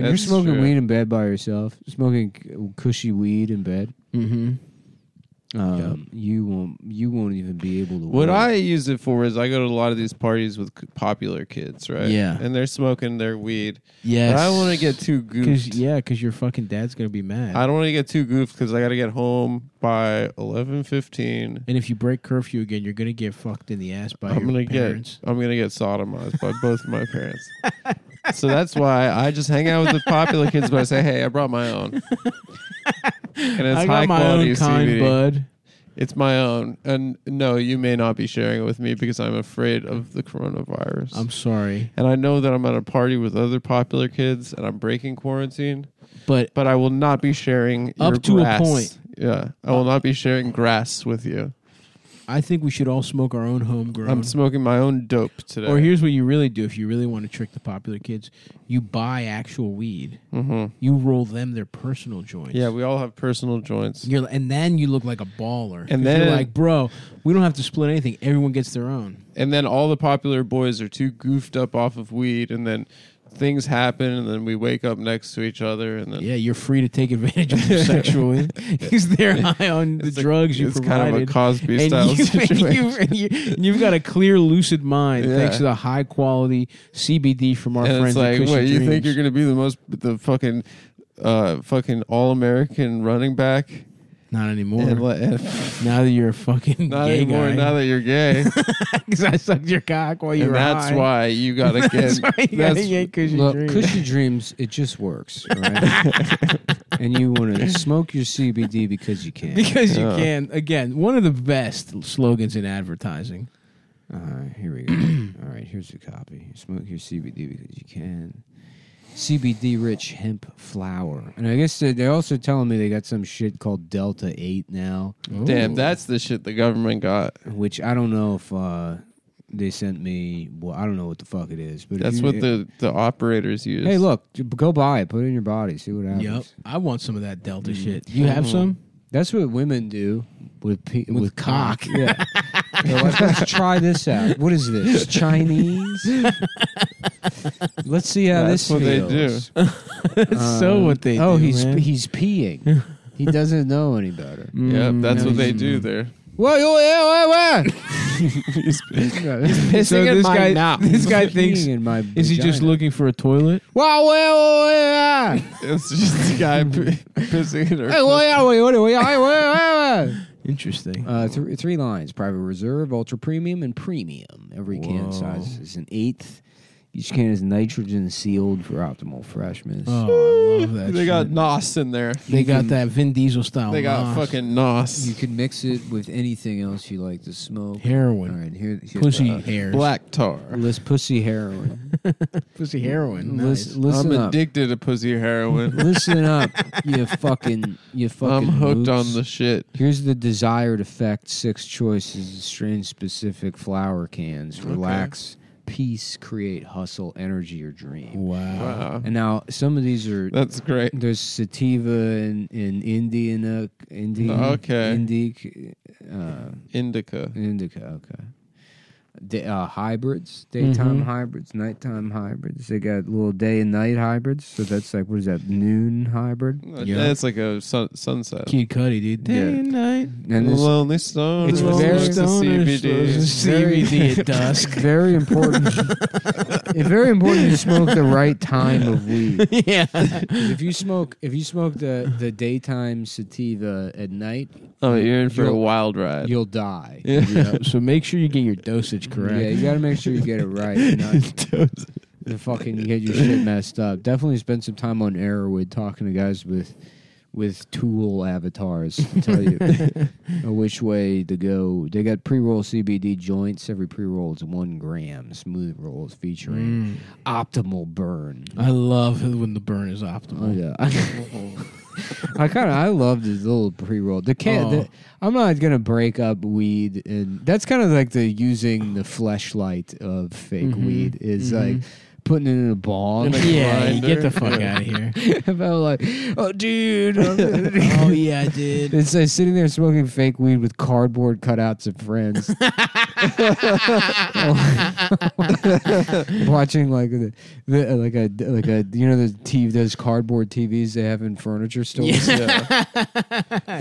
S6: you're
S3: That's
S6: smoking
S3: true.
S6: weed in bed by yourself, smoking c- cushy weed in bed,
S1: mm-hmm.
S6: um, you won't you won't even be able to.
S3: What
S6: work.
S3: I use it for is I go to a lot of these parties with c- popular kids, right?
S1: Yeah.
S3: and they're smoking their weed.
S1: Yes.
S3: But I don't want to get too
S1: Cause,
S3: goofed.
S1: yeah, because your fucking dad's gonna be mad.
S3: I don't want to get too goofed because I got to get home by eleven fifteen.
S1: and if you break curfew again, you're gonna get fucked in the ass by
S3: I'm
S1: your
S3: gonna
S1: parents.
S3: get I'm gonna get sodomized by both my parents. *laughs* So that's why I just hang out with the popular kids, but I say, hey, I brought
S1: *laughs*
S3: my own, and it's
S1: I
S3: high
S1: got my
S3: quality
S1: own kind,
S3: CBD.
S1: bud.
S3: It's my own, and no, you may not be sharing it with me because I'm afraid of the coronavirus.
S1: I'm sorry,
S3: and I know that I'm at a party with other popular kids, and I'm breaking quarantine.
S1: but
S3: But I will not be sharing your
S1: Up to a
S3: grass.
S1: point.
S3: Yeah, I will not be sharing grass with you.
S1: I think we should all smoke our own homegrown.
S3: I'm smoking my own dope today.
S1: Or here's what you really do if you really want to trick the popular kids: you buy actual weed,
S3: Mhm.
S1: you roll them their personal joints.
S3: Yeah, we all have personal joints.
S1: You're, and then you look like a baller. 'Cause
S3: then-
S1: you're like, bro, we don't have to split anything. Everyone gets their own.
S3: and then all the popular boys are too goofed up off of weed and then things happen and then we wake up next to each other and then
S1: Yeah, you're free to take advantage of
S3: *laughs*
S1: them sexually. He's there high on the
S3: It's a-
S1: drugs you
S3: it's
S1: provided.
S3: kind of a Cosby
S1: and
S3: style
S1: you, *laughs*
S3: situation.
S1: And you, and you, have got a clear, lucid mind
S3: Yeah.
S1: thanks to the high quality CBD from our
S3: and
S1: friends.
S3: it's like,
S1: at
S3: what
S1: Cushy
S3: you think
S1: Dreams."
S3: you're gonna be the most the fucking uh fucking all American running back?
S1: Not anymore.
S3: And, le- and
S1: now that you're a fucking
S3: not
S1: gay
S3: anymore.
S1: guy.
S3: Now
S1: *laughs*
S3: that you're gay,
S1: because I sucked your cock while you
S3: and
S1: were
S3: that's
S1: high. *laughs*
S3: why you gotta get.
S1: That's why you gotta get cushy
S6: Look,
S1: dreams.
S6: Cushy Dreams, it just works. all
S3: *laughs*
S6: right? and you want to smoke your CBD because
S1: *laughs*
S6: you can.
S1: because you
S3: Yeah.
S1: can again one of the best slogans in advertising.
S3: *clears throat*
S6: Uh, here we go. All right, here's the copy. Smoke your CBD because you can. CBD rich hemp flower. And I guess they- they're also telling me they got some shit called Delta 8 now,
S3: Damn, that's the shit the government got.
S6: which I don't know if uh, they sent me. Well, I don't know what the fuck it is. But if
S3: That's
S6: you-
S3: what the, the operators use.
S6: Hey, look, j- go buy it. Put it in your body. See what happens.
S1: Yep. I want some of that Delta
S6: Mm.
S1: shit. You have some?
S6: That's what women do with pe- with,
S1: cock.
S6: Yeah. *laughs* They're like, let's try this out. What
S1: *laughs*
S6: is this? Chinese? *laughs* let's see how
S3: That's
S6: this
S3: what they
S6: feels.
S1: That's so what they
S6: oh,
S1: do.
S6: he's
S1: man. *laughs*
S6: he's peeing. He doesn't know any better.
S3: Yep, that's what they
S1: Mm.
S3: do there.
S1: *laughs*
S6: What? What? *laughs* What?
S1: pissing
S6: So
S1: in
S6: this
S1: my
S6: guy-
S1: mouth. This guy thinks-
S6: Peeing in my
S1: Is he just
S6: vagina.
S1: looking for a toilet?
S6: Wow! Wow! Wow!
S3: It's just
S1: *laughs*
S3: a guy p- pissing in her.
S6: Hey, wow, wow, wow, wow, wow, wow.
S1: Interesting.
S6: Uh, th- three lines: private reserve, ultra premium, and premium. Every can size is an eighth. Each can is nitrogen sealed for optimal freshness.
S1: oh,
S6: *laughs*
S1: I love that.
S3: They got nos in there.
S1: they got that Vin Diesel style.
S3: They got
S1: Nas.
S3: fucking
S6: Oh, You
S3: nos.
S6: can mix it with anything else you like to smoke.
S1: Heroin.
S6: All right, here, here's
S1: pussy
S6: the-
S1: hairs.
S3: Black tar.
S6: List pussy heroin.
S1: pussy heroin. Nice.
S6: Lis- listen
S3: I'm
S6: up.
S3: addicted to pussy heroin.
S6: listen up. You fucking.
S3: *laughs*
S6: You
S3: I'm
S6: *laughs* fucking.
S3: hooked
S6: mooks.
S3: on the shit.
S6: Here's the desired effect six choices, strain specific flower cans. Relax, peace, create, hustle, energy, or dream.
S1: Wow.
S3: Wow.
S6: Uh, And now some of these are
S3: That's great.
S6: there's sativa and, and Indian, uh, Indian,
S3: Okay.
S6: Indic, uh,
S3: Indica.
S6: indica, okay. Day, uh, hybrids, daytime hybrids, nighttime hybrids. They got little day and night hybrids. So that's like what is that noon hybrid?
S3: That's like a sun- sunset.
S1: Kid Cudi, dude. Day
S6: Yeah.
S1: and night.
S6: And
S3: The
S6: this
S3: lonely stone.
S6: It's
S3: is
S6: very
S3: next to
S1: stoner
S3: CBD.
S1: stores. CBD at dusk.
S6: Very important. it's very important to smoke the right time of weed.
S1: yeah.
S6: *laughs* If you smoke, if you smoke the the daytime sativa at night,
S3: Oh, you're in for a
S6: You'll-
S3: wild ride.
S6: you'll die.
S1: *laughs* Yep. So make sure you get your dosage correct.
S6: Yeah, you got to make sure you get it right. Not the fucking you get your shit messed up. Definitely spend some time on Arrowwood talking to guys with with tool avatars to tell you which way to go. They got pre-roll CBD joints. Every pre-roll is one gram. Smooth rolls
S1: Mm.
S6: featuring optimal burn.
S1: I love it when the burn is optimal.
S6: Oh, Yeah.
S1: *laughs*
S6: I kind of I love this little pre roll. The can
S1: Oh.
S6: the, I'm not gonna break up weed, and that's kind of like the using the fleshlight of fake
S1: Mm-hmm.
S6: weed is like putting it in a ball.
S3: In a
S6: *laughs*
S1: Yeah, you get
S3: grinder.
S1: the fuck out of *laughs* here.
S6: I'm like, oh
S1: *laughs*
S6: dude, I'm-"
S1: oh yeah, I did.
S6: it's like sitting there smoking fake weed with cardboard cutouts of
S1: *laughs*
S6: friends, *laughs* watching like the, the like a like a you know the TV those cardboard TVs they have in furniture stores.
S3: Yeah.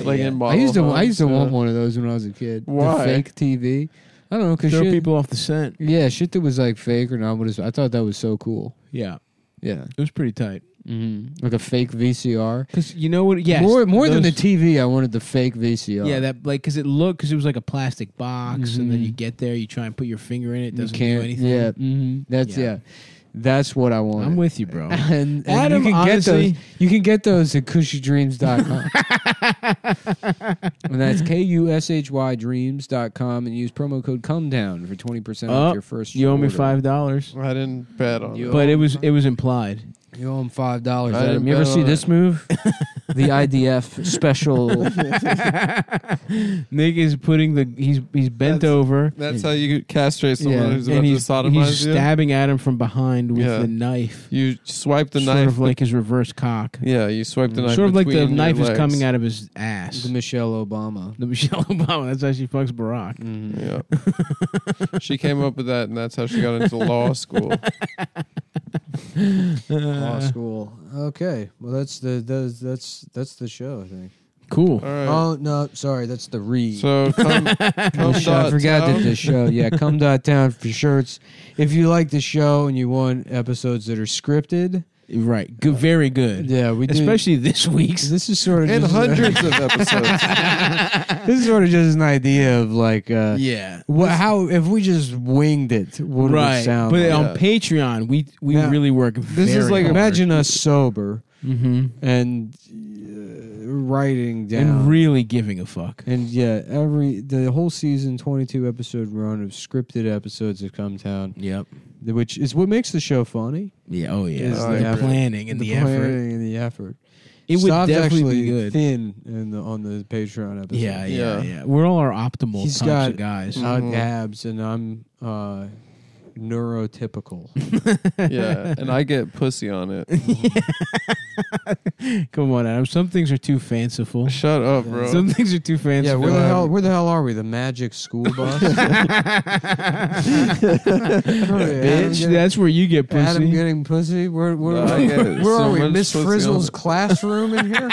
S3: like in
S6: I
S3: model
S6: used to I used to
S3: homes,
S6: want
S3: yeah.
S6: one of those when I was a kid.
S3: Why?
S6: The fake TV. I don't know because
S1: Throw
S6: shit.
S1: people off the scent.
S6: yeah, shit that was like fake or not. What is? I thought that was so cool.
S1: Yeah,
S6: Yeah,
S1: it was pretty tight.
S6: mm-hmm. like a fake VCR.
S1: Cause you know what? Yes,
S6: more more than the
S1: those-
S6: TV, I wanted the fake VCR.
S1: Yeah, that like because it looked because it was like a plastic box, and then you get there, you try and put your finger in it, it
S6: you
S1: doesn't
S6: can't.
S1: do anything.
S6: Yeah, hmm that's
S1: Yeah.
S6: yeah. that's what I wanted.
S1: I'm
S6: *laughs*
S1: with you, bro.
S6: And, and
S1: Adam,
S6: you can
S1: honestly-
S6: get those. You can get those at kushydreams.com.
S1: *laughs*
S6: and that's K U S H Y dreams.com and use promo code come down for 20%
S1: Oh,
S6: off your first
S1: you owe me
S6: order.
S1: five dollars,
S3: I didn't bet on
S6: You-
S3: it.
S1: but it was it was implied.
S6: You owe him five dollars.
S3: I
S6: Adam.
S3: didn't
S6: You ever
S3: bet
S6: see
S3: on
S6: this
S3: it.
S6: move? *laughs* the
S1: *laughs*
S6: IDF special.
S1: Nick is putting the he's he's bent
S3: That's-
S1: over
S3: That's how you castrate someone who's about
S1: and
S3: to
S1: he's,
S3: sodomize
S1: he's
S3: you.
S1: stabbing at him from behind with
S3: Yeah.
S1: the knife,
S3: you swipe the
S1: sort
S3: knife.
S1: of like his reverse cock,
S3: yeah, you swipe the knife.
S1: sort of like the
S3: between your
S1: knife is
S3: legs.
S1: coming out of his ass.
S6: the Michelle Obama. Mm-hmm.
S1: The *laughs* Michelle Obama. That's how she fucks Barack.
S3: Yeah. *laughs* she came up with that, and that's how she got
S1: *laughs*
S3: into law school.
S1: Uh.
S6: Law school. Okay. Well, that's the that's that's that's the show. I think.
S1: Cool.
S3: All right.
S6: Oh no, sorry, that's the read.
S3: so come,
S1: *laughs*
S3: come
S6: The show- I
S3: dot
S6: forgot that
S3: town.
S6: the show, yeah, come dot town for shirts. If you like the show and you want episodes that are scripted,
S1: Right. Good. Very good.
S6: yeah, we do.
S1: Especially this week's.
S6: this is sort
S1: *laughs*
S6: of
S3: and
S6: just,
S3: hundreds of episodes.
S6: *laughs* this is sort of just an idea of like uh,
S1: Yeah.
S6: What, how if we just winged it? What would
S1: Right.
S6: it sound?
S1: but uh,
S6: like?
S1: on
S3: Yeah.
S1: Patreon, we we
S6: Now,
S1: really work.
S6: this is like imagine us sober
S1: hmm
S6: and uh, writing down
S1: and really giving a fuck.
S6: And yeah, every the whole season twenty two episode run of scripted episodes of Come Town.
S1: Yep.
S6: which is what makes the show funny.
S1: Yeah. Oh yeah.
S6: Is
S1: the
S6: the effort.
S1: planning and the, effort.
S6: planning and the effort.
S1: It would
S6: Stav's
S1: definitely
S6: actually
S1: be good.
S6: Thin in the, on the Patreon episode.
S1: Yeah, yeah, yeah,
S3: Yeah.
S1: We're all our optimal
S6: He's
S1: types
S6: got Mm.
S1: of guys.
S6: out abs, and I'm uh, neurotypical.
S3: yeah, and I get pussy on it.
S1: *laughs* Come on, Adam. Some things are too fanciful.
S3: Shut up, bro.
S1: Some things are too fanciful.
S6: yeah, where the hell? Where the hell are we? The Magic School *laughs* Bus. Bitch,
S1: Bitch, that's where you get
S6: Adam
S1: pussy.
S6: getting pussy. Where, where,
S3: No, I get it.
S6: where are
S3: So
S6: we?
S3: much
S6: Miss
S3: pussy on
S6: Frizzle's
S3: it.
S6: classroom in
S1: *laughs*
S6: here?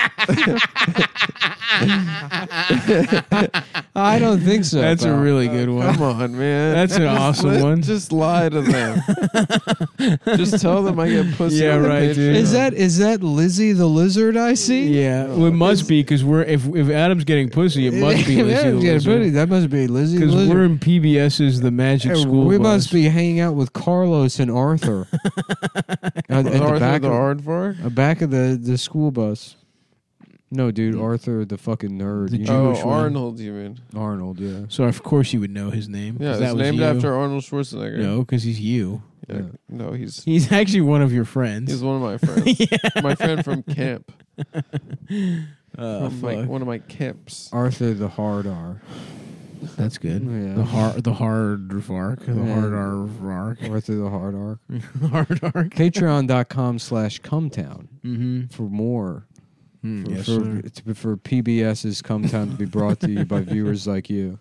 S6: I don't think so.
S1: That's a
S6: pal.
S1: really good
S3: Come
S1: one.
S3: on, man.
S1: That's an
S3: Just
S1: awesome
S3: let-
S1: one.
S3: Just lie to them.
S1: *laughs*
S3: just tell them I get pussy.
S1: Yeah,
S3: on the
S1: right, dude.
S3: Patreon.
S6: Is that is that Lizzie the lizard I see?
S1: Yeah, well, it must be because we're if if Adam's getting pussy, it
S6: *laughs*
S1: must be
S6: Yeah,
S1: Lizzie the
S6: yeah, buddy,
S1: Lizard.
S6: that must be Lizzie the
S1: Because
S6: lizard.
S1: we're in PBS's The Magic
S6: Hey,
S1: School.
S6: we
S1: Bus.
S6: must be hanging out with Carlos
S1: *laughs*
S6: and Arthur at, at
S3: Arthur
S6: the back
S3: the
S6: of,
S3: aardvark?
S6: uh, back of the the school bus. No, dude, Arthur the fucking nerd.
S1: The
S6: you know?
S3: Oh,
S1: Jewish one.
S3: Arnold, you mean?
S6: Arnold, yeah.
S1: So of course you would know his name. 'cause
S3: Yeah,
S1: that
S3: it's
S1: was
S3: named
S1: you.
S3: after Arnold Schwarzenegger.
S1: No, because he's you.
S3: Yeah, no, he's
S1: He's *laughs* actually one of your friends.
S3: he's one
S1: *laughs*
S3: of my friends. My friend from camp.
S1: Uh,
S3: From like
S1: fuck.
S3: one of my camps.
S6: Arthur the hard R.
S1: That's good.
S6: Yeah.
S1: The hard, the hard vark, the
S6: Yeah.
S1: hard vark,
S6: Arthur the
S1: *laughs*
S6: hard R.
S1: hard arc.
S6: Patreon.com slash Cumtown
S1: Mm-hmm. Mm,
S6: for more. For,
S1: yes,
S6: for, to, for PBS's Cumtown to be brought
S1: *laughs*
S6: to you by viewers like you.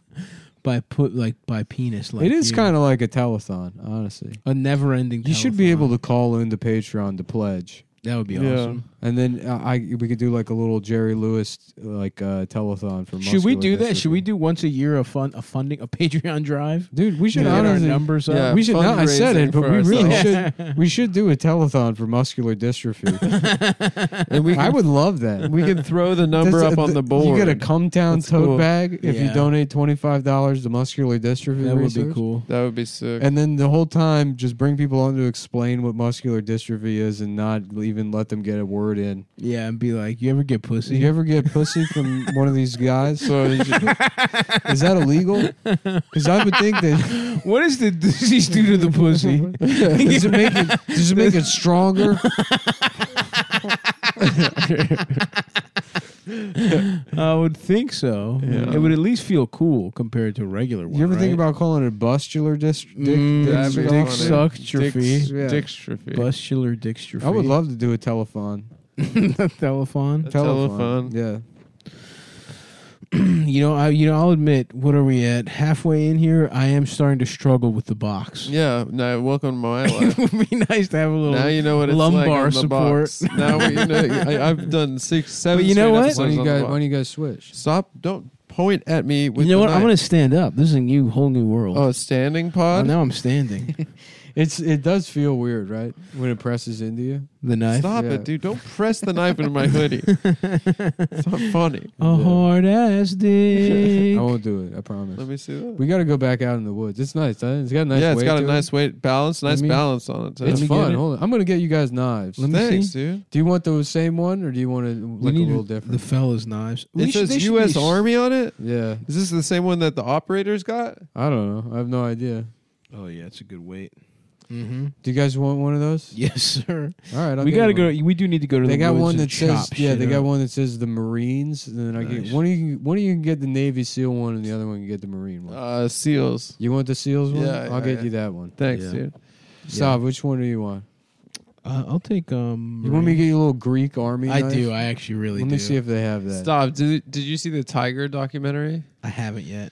S1: By put like by penis. Like
S6: it is kind of like a telethon, honestly.
S1: of a never-ending.
S6: You should be able to call into Patreon to pledge.
S1: That would be
S3: Yeah.
S1: awesome.
S6: And then uh, I we could do like a little Jerry Lewis like uh, telethon for.
S1: Should we do
S6: muscular
S1: that?
S6: dystrophy.
S1: Should we do once a year a fun a funding a *laughs* Patreon drive?
S6: dude? We should
S1: Get our
S6: honestly.
S1: numbers up.
S3: Yeah.
S6: we should not. I said
S3: Fundraising
S6: it, but we
S3: for
S6: really
S1: ourselves. *laughs*
S6: should. We should do a telethon for muscular dystrophy.
S3: *laughs* And we
S6: I
S3: can,
S6: would
S1: *laughs*
S6: love that.
S3: we can throw the number
S6: That's-
S3: up on
S6: th-
S3: the board.
S6: You get a come town
S3: That's
S6: tote
S3: cool.
S6: bag if
S1: Yeah.
S6: you donate twenty five dollars to muscular dystrophy.
S1: That would be
S6: research.
S1: cool.
S3: that would be sick.
S6: And then the whole time, just bring people on to explain what muscular dystrophy is, and not even let them get a word in.
S1: Yeah, and be like, you ever get
S6: Do
S1: pussy?
S6: you ever get pussy from one of these guys?
S1: *laughs*
S3: so you should-
S6: Is that illegal? Because I would think that
S1: *laughs*
S6: *laughs*
S1: what does the disease do to the pussy?
S6: does it make it does it make it stronger?
S1: I would think so. It would at least feel cool compared to a regular one.
S6: You ever think
S1: right?
S6: about calling it bustular dist- dick,
S1: Mm,
S3: that'd be
S6: dystrophy?
S1: dick
S3: funny.
S1: suck
S3: Dick's-
S1: dystrophy?
S6: Yeah.
S3: Dystrophy.
S1: Bustular dystrophy.
S6: I
S1: *laughs*
S6: would love to do a telephone.
S1: telephone.
S3: A telephone.
S6: Yeah.
S1: You know, I you know, I'll admit, what are we at? Halfway in here, I am starting to struggle with the box.
S3: Yeah. Now welcome to my
S1: *laughs*
S3: life.
S1: it would be nice to have a little
S3: now you know what it's
S1: lumbar
S3: like on the box.
S1: support.
S3: *laughs* Now we, you know, I, I've done six, seven.
S1: But you know
S3: straight
S1: what?
S3: episodes
S1: Why
S3: on the
S6: Why do you guys
S3: box.
S6: Why do you guys switch?
S3: Stop! Don't point at me with.
S1: You know
S3: the
S1: what? I'm gonna
S3: knife.
S1: stand up. This is a new whole new world.
S3: Oh, standing
S1: Oh,
S3: pod.
S1: now I'm
S6: *laughs*
S1: standing.
S6: It's it does feel weird, right? When it presses into you.
S1: the knife.
S3: Stop
S6: Yeah.
S3: it, dude! Don't press the knife into
S1: *laughs*
S3: my hoodie. It's not funny.
S1: A hard
S6: *laughs*
S1: ass dick.
S6: I won't do it. I
S3: Let
S6: promise.
S3: me see that.
S6: We got to go back out in the woods. It's nice. huh? It's got a nice.
S3: yeah, it's
S6: weight
S3: got a
S6: to it.
S3: nice weight balance. Nice
S6: me-
S3: balance on it. Too.
S6: It's
S1: me get
S6: fun.
S1: it.
S6: Hold on. I'm gonna get you guys knives.
S1: Let me
S3: Thanks,
S1: see.
S3: dude.
S6: do you want the same one or do you want to
S1: We
S6: look a
S1: need
S6: little different?
S1: The fellas' knives. We
S3: it
S1: should- they
S3: says
S1: should be
S3: U.S.
S1: s-
S3: Army on it.
S6: yeah.
S3: Is this the same one that the operators got?
S6: I don't know. I have no idea.
S1: Oh yeah, it's a good weight. Mm-hmm.
S6: Do you guys want one of those?
S1: *laughs* Yes, sir.
S6: All right, I'll
S1: we
S6: get
S1: gotta
S6: one.
S1: go. We do need to go to
S6: They
S1: the
S6: got
S1: woods
S6: one
S1: and
S6: that
S1: chop
S6: says yeah. They
S1: shit
S6: got
S1: up.
S6: one that says the Marines, and then I
S1: Nice.
S6: get one. Of you, one of you can get the Navy SEAL one, and the other one can get the Marine one.
S3: Uh, SEALs.
S6: you want the SEALs one?
S3: yeah, yeah,
S6: I'll get
S3: yeah.
S6: you that one.
S3: Thanks,
S1: Yeah.
S3: dude.
S6: Saab, which one do you want?
S1: Uh, I'll take um.
S6: You want me to get you a little Greek army?
S1: I
S6: knife?
S1: do. I actually really
S6: Let
S1: do.
S6: me see if they have that.
S3: Stop. Did Did you see the Tiger documentary?
S1: I haven't yet.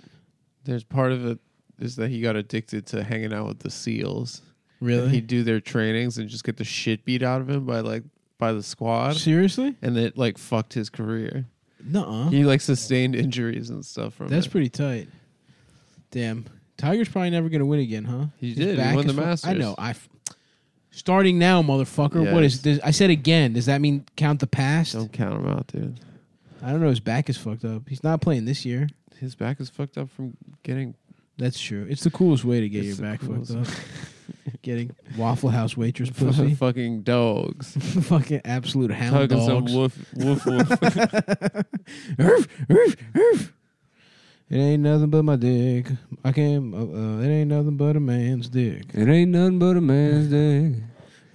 S3: There's part of it is that he got addicted to hanging out with the SEALs.
S1: Really?
S3: He'd do their trainings and just get the shit beat out of him by like by the squad.
S1: Seriously?
S3: and it like fucked his career.
S1: Nuh-uh.
S3: He like sustained injuries and stuff from
S1: That's
S3: it.
S1: pretty tight. Damn. Tiger's probably never going to win again, huh?
S3: He
S1: He's
S3: did. He
S1: back
S3: won
S1: as fu-
S3: the
S1: I
S3: Masters.
S1: know. I f- starting now, motherfucker. What
S3: Yes.
S1: is this? I said again. Does that mean count the past?
S3: Don't count him out, dude.
S1: I don't know. His back is fucked up. He's not playing this year.
S3: His back is fucked up from getting.
S1: That's true. It's the coolest way to get
S3: It's
S1: your
S3: the
S1: back fucked
S3: coolest
S1: up. *laughs* Getting Waffle House waitress *laughs* pussy,
S3: *laughs* Fucking dogs,
S1: fucking absolute *laughs* hound
S3: tugging some
S1: dogs.
S3: woof, woof, woof.
S1: Urf, urf, urf. It ain't nothing but my dick. I can't. Uh, uh, it ain't nothing but a man's dick.
S8: It ain't nothing but a man's dick.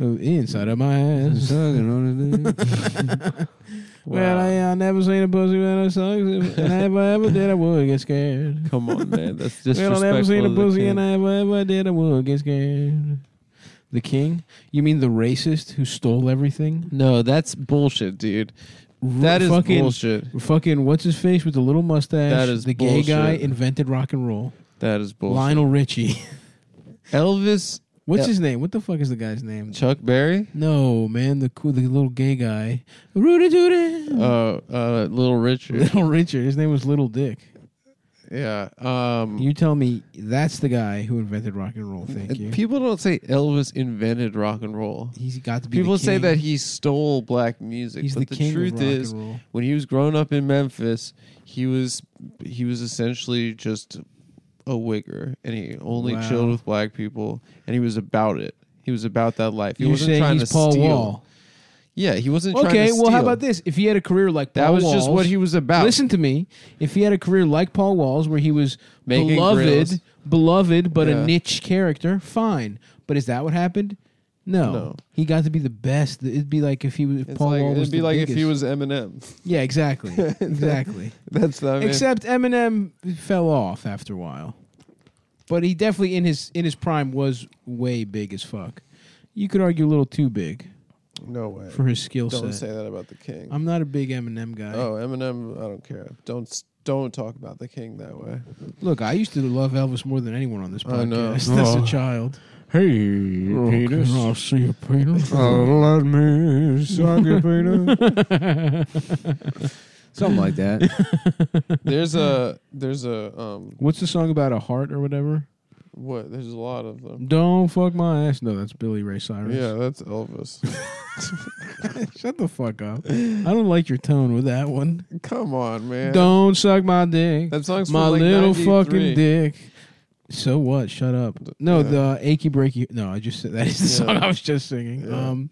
S1: Uh, Inside of my *laughs* ass.
S8: Sucking
S6: *laughs*
S8: on his dick.
S1: *laughs* Well, I, I never seen a pussy when I sucks. If and if I ever did, I would get *laughs* scared.
S3: Come on, man. That's
S1: *laughs* Well,
S3: disrespectful.
S1: I never seen
S3: to
S1: a
S3: the
S1: pussy, and
S3: king.
S1: I ever, ever did, I would get scared. The king? You mean the racist who stole everything?
S3: No, that's bullshit, dude. That is
S1: fucking-
S3: bullshit.
S1: Fucking what's his face with the little mustache?
S3: That is
S1: the gay guy
S3: bullshit.
S1: invented rock and roll.
S3: That is bullshit.
S1: Lionel Richie. *laughs*
S3: Elvis
S1: What's
S3: Yeah.
S1: his name? What the fuck is the guy's name?
S3: Chuck Berry?
S1: No, man, the cool, the little gay guy, Rudy Doody,
S3: Uh, uh, Little
S1: *laughs*
S3: Richard.
S1: Little Richard. His name was Little Dick.
S3: yeah. Um,
S1: You tell me that's the guy who invented rock and roll. Thank you.
S3: People don't say Elvis invented rock and roll.
S1: He's got to be. the
S3: People say
S1: king.
S3: that he stole black music,
S1: He's
S3: but
S1: the
S3: the,
S1: king of
S3: truth
S1: rock and
S3: is,
S1: roll.
S3: when he was growing up in Memphis, he was he was essentially just a wigger, and he only
S1: Wow.
S3: chilled with black people, and he was about it. He was about that life. He
S1: you're
S3: wasn't
S1: saying
S3: trying
S1: he's
S3: to
S1: Paul
S3: steal.
S1: Wall.
S3: Yeah, he wasn't. trying
S1: Okay,
S3: to
S1: well, how
S3: steal.
S1: about this? If he had a career like
S3: That
S1: Paul
S3: was just
S1: Walls-
S3: what he was about.
S1: Listen to me. If he had a career like Paul Wall's, where he was
S3: Making
S1: beloved,
S3: grills.
S1: beloved, but
S3: Yeah.
S1: a niche character, fine. But is that what happened? No.
S3: No.
S1: He got to be the best. It'd be like if he was. If
S3: It's
S1: Paul
S3: like,
S1: Wall was
S3: it'd be
S1: the
S3: like if he
S1: biggest.
S3: was Eminem. *laughs*
S1: Yeah, exactly. Exactly.
S3: That's not.
S1: Except Eminem fell off after a while. But he definitely in his in his prime was way big as fuck. You could argue a little too big
S3: no way.
S1: for his skill
S3: Don't say
S1: set.
S3: that about the king.
S1: I'm not a big Eminem guy.
S3: oh, Eminem, I don't care. Don't s- don't talk about the king that way.
S1: Look, I used to love Elvis more than anyone on this
S3: I know. Oh,
S1: podcast *laughs* as
S8: Oh.
S1: a child.
S8: Hey, penis. Oh,
S1: I'll see your penis.
S8: let me suck your
S6: *laughs*
S8: penis. Something like that.
S1: *laughs*
S3: There's a there's a um
S1: What's the song about a heart or whatever?
S3: what there's a lot of them.
S1: Don't fuck my ass. No, that's Billy Ray Cyrus.
S3: Yeah, that's Elvis.
S1: *laughs* Shut the fuck up. I don't like your tone with that one.
S3: Come on, man.
S1: Don't suck my dick.
S3: That song's
S1: my
S3: from like
S1: little
S3: 93.
S1: fucking dick. So what? Shut up. No,
S3: yeah.
S1: the achy breaky. No, I just said that is the
S3: Yeah.
S1: song I was just singing.
S3: Yeah.
S1: Um,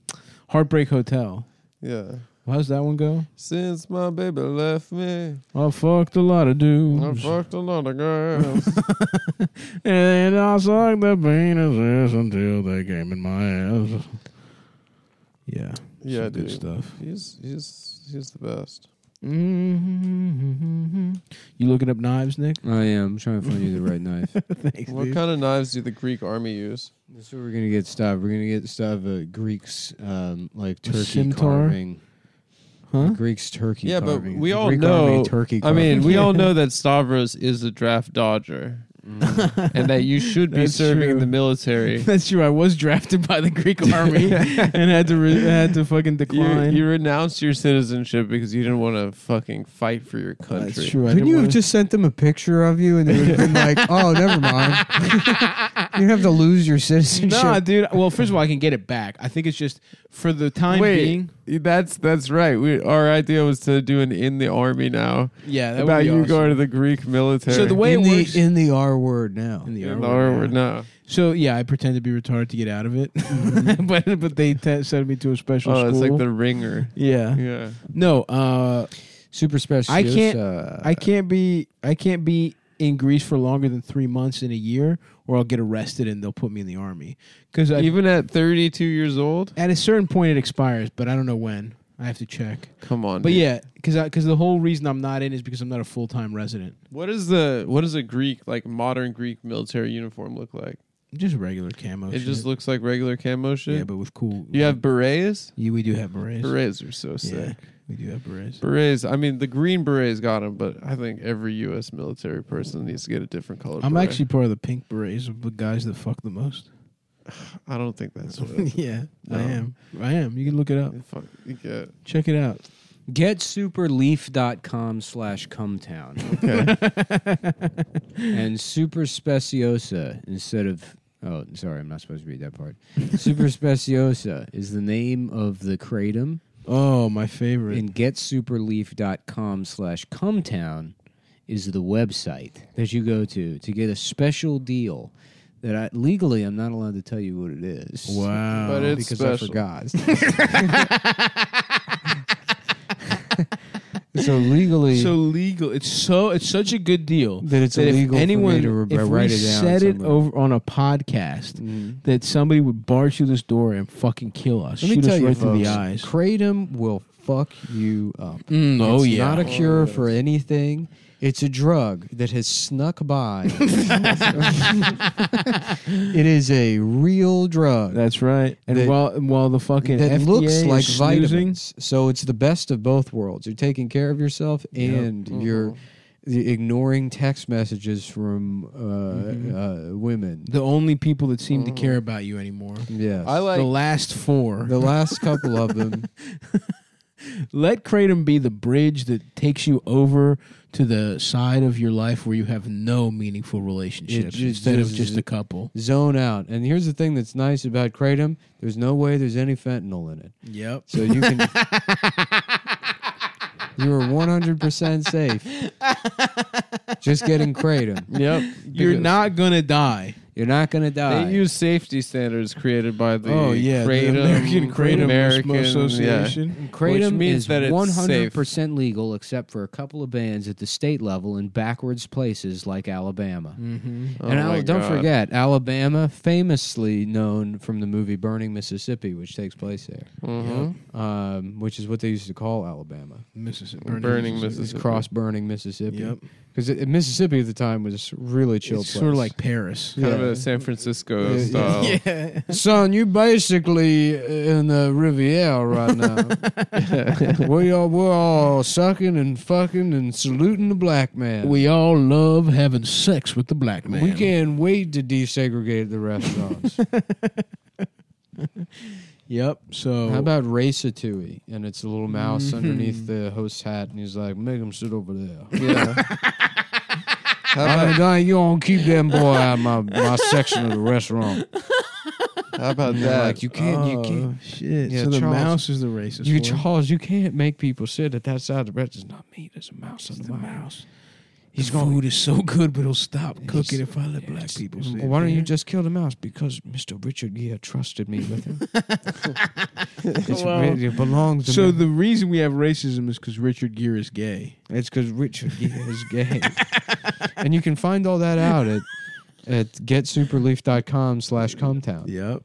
S1: Heartbreak Hotel.
S3: Yeah.
S1: Well, how's that one go?
S3: Since my baby left me,
S1: I fucked a lot of
S3: I
S1: dudes,
S3: fucked a lot
S1: *laughs*
S3: of girls.
S1: and I sucked the penises until they came in my ass. Yeah,
S3: Yeah,
S1: some good
S3: dude.
S1: stuff.
S3: he's he's he's the best.
S1: Mm-hmm. You looking up knives, Nick?
S8: I am. Oh, I'm trying to find you the right knife.
S6: *laughs*
S1: Thanks,
S3: What
S1: dude.
S3: kind of knives do the Greek army use?
S8: That's what we're gonna get stuff. We're gonna get stuff. Uh, Greeks, um, like turkey
S1: scimitar?
S8: carving.
S1: Huh?
S8: Greeks turkey.
S3: Yeah, but
S8: carving.
S3: we all
S8: Greek
S3: know-
S8: army turkey.
S3: I
S8: Carving.
S3: mean, we
S8: *laughs*
S1: *laughs*
S3: all know that Stavros is a draft dodger, and that you should be
S1: That's
S3: serving in
S1: true. *laughs*
S3: the military.
S1: That's true. I was drafted by the *laughs* Greek army and had to re- had to fucking
S3: You,
S1: decline.
S3: you renounced your citizenship because you didn't want to fucking fight for your country.
S1: That's true. I
S6: Couldn't
S1: didn't
S6: you
S1: wanna-
S6: have just sent them a picture of you and they would have been like,
S8: *laughs*
S6: oh, never mind. you have to lose your citizenship.
S1: Nah, dude. Well, first of all, I can get it back. I think it's just for the time being.
S3: that's that's right. We our idea was to do an in the army now
S1: Yeah, that would
S3: about
S1: be
S3: you
S1: awesome.
S3: going to the Greek military.
S1: So the way
S6: in,
S1: it
S6: the,
S1: works
S6: in the R word now.
S1: in the
S3: In
S1: R
S3: the
S1: word,
S3: R word,
S1: yeah.
S3: no.
S1: So yeah, I pretend to be retarded to get out of it, *laughs* but but they te- sent me to a special
S3: Oh,
S1: school.
S3: it's like the ringer.
S1: yeah.
S3: Yeah,
S1: No, uh,
S8: super special.
S1: I can't-
S8: Uh,
S1: I can't be I can't be in Greece for longer than three months in a year, or I'll get arrested and they'll put me in the army. Because
S3: even at 32 years old.
S1: at a certain point it expires, but I don't know when. I have to check.
S3: Come on,
S1: But
S3: dude.
S1: yeah, because because the whole reason I'm not in is because I'm not a full time resident.
S3: What is the what is a Greek like modern Greek military uniform look like?
S1: Just regular camo. Oh,
S3: it
S1: shit.
S3: just looks like regular camo shit.
S1: yeah, but with cool.
S3: you have berets.
S1: Yeah, we do have berets.
S3: Berets are so sick.
S1: Yeah, we do have berets.
S3: Berets. I mean, the green berets got them, but I think every U.S. military person needs to get a different color.
S1: I'm
S3: beret.
S1: actually part of the pink berets of the guys that fuck the most.
S3: I don't think
S1: *laughs*
S3: that's what. It,
S1: yeah,
S3: No.
S1: I am. I am. You can look it up.
S3: fuck, you get.
S1: Check it out.
S8: GetSuperLeaf.com slash Cumtown
S3: Okay.
S8: *laughs* and Super Speciosa instead of. Oh, sorry, I'm not supposed to read that part. Super Speciosa is the name of the kratom,
S1: Oh, my favorite.
S8: and GetSuperLeaf.com slash Cumtown is the website that you go to to get a special deal that I, legally I'm not allowed to tell you what it is.
S1: wow.
S3: But it's *laughs*
S8: Because I
S3: special.
S8: forgot.
S9: So legally,
S1: so legal. It's so it's such a good deal
S9: That it's
S1: if
S9: illegal for me
S1: anyone,
S9: to re-
S1: if
S9: write
S1: we
S9: it down
S1: said it
S9: somewhere.
S1: over on a podcast, that somebody would barge through this door and fucking kill us, shoot us right through the
S6: folks,
S1: eyes.
S6: kratom will fuck you up.
S1: Mm,
S6: It's
S1: oh yeah,
S6: not a cure for anything. It's a drug that has snuck
S1: *laughs*
S6: by. it is a real drug
S1: that's right. And
S6: That-
S1: while while the fucking
S6: that
S1: FDA
S6: looks
S1: is
S6: like
S1: snoozing-
S6: vitamins. So it's the best of both worlds. You're taking care of yourself and you're ignoring text messages from uh,
S1: Mm-hmm.
S6: uh, women.
S1: the only people that seem to care about you anymore.
S6: Yes.
S3: I like
S1: the last four.
S6: the last couple of them.
S1: Let kratom be the bridge that takes you over to the side of your life where you have no meaningful relationships
S6: ju-
S1: instead of
S6: ju-
S1: just a couple.
S6: zone out. And here's the thing that's nice about kratom: there's no way there's any fentanyl in it,
S1: Yep.
S6: so
S3: *laughs*
S6: you can. you are 100% safe. Just getting kratom.
S3: *laughs* Yep.
S1: You're
S3: because
S1: not gonna die.
S6: You're not gonna die.
S3: They use safety standards created by the
S1: Oh, yeah, the
S3: Kratom,
S1: American Kratom
S3: American
S1: Association.
S3: yeah.
S6: kratom
S3: which means
S6: is
S3: that it's
S6: 100%
S3: safe.
S6: legal, except for a couple of bans at the state level in backwards places like Alabama.
S3: Oh
S6: and
S3: my
S6: Al- don't
S3: God.
S6: forget, Alabama, famously known from the movie Burning Mississippi, which takes place there,
S3: Mhm.
S6: um, which is what they used to call Alabama.
S1: Mississippi.
S3: burning
S6: It's
S3: Mississippi.
S6: cross burning Mississippi.
S1: Yep.
S6: Because Mississippi at the time was really chill
S1: It's
S6: place.
S1: sort of like
S6: *laughs*
S1: Paris.
S3: kind
S6: Yeah.
S3: of a San Francisco
S6: Yeah, yeah.
S3: style.
S1: Yeah.
S6: son, you basically in the Riviera right now. we are we're all sucking and fucking and saluting the black man.
S1: We all love having sex with the black man.
S6: we can't wait to desegregate the restaurants.
S1: Yep. So
S6: How about Racetui? And it's a little mouse underneath the host's hat, and he's like, "Make him sit over there."
S1: *laughs*
S3: Yeah. How
S6: I
S3: about,
S6: mean, I- you don't keep them boy out of my, my section of the restaurant.
S3: how about
S6: They're
S3: that?
S6: Like you can't, you can't.
S1: oh, shit.
S6: Yeah,
S1: so the
S6: Charles-
S1: mouse is the racist.
S6: You
S1: uh, one.
S6: Charles, you can't make people sit at that side of the restaurant. It's not me. There's a mouse on the mouse.
S1: His
S6: He's going.
S1: food is so good, but he'll stop cooking if
S6: It's-
S1: I let black
S6: it's-
S1: people.
S6: well,
S1: sit
S6: Why don't you
S1: there.
S6: just kill the mouse? Because Mr. Richard Gere trusted me with
S1: *laughs*
S6: him. it's,
S1: Well,
S6: really- it belongs to
S1: So
S6: me.
S1: the reason we have racism is because Richard Gere is gay.
S6: it's because Richard Gere is gay. and you can find all that out at at getsuperleaf.com slash cometown.
S1: Yep.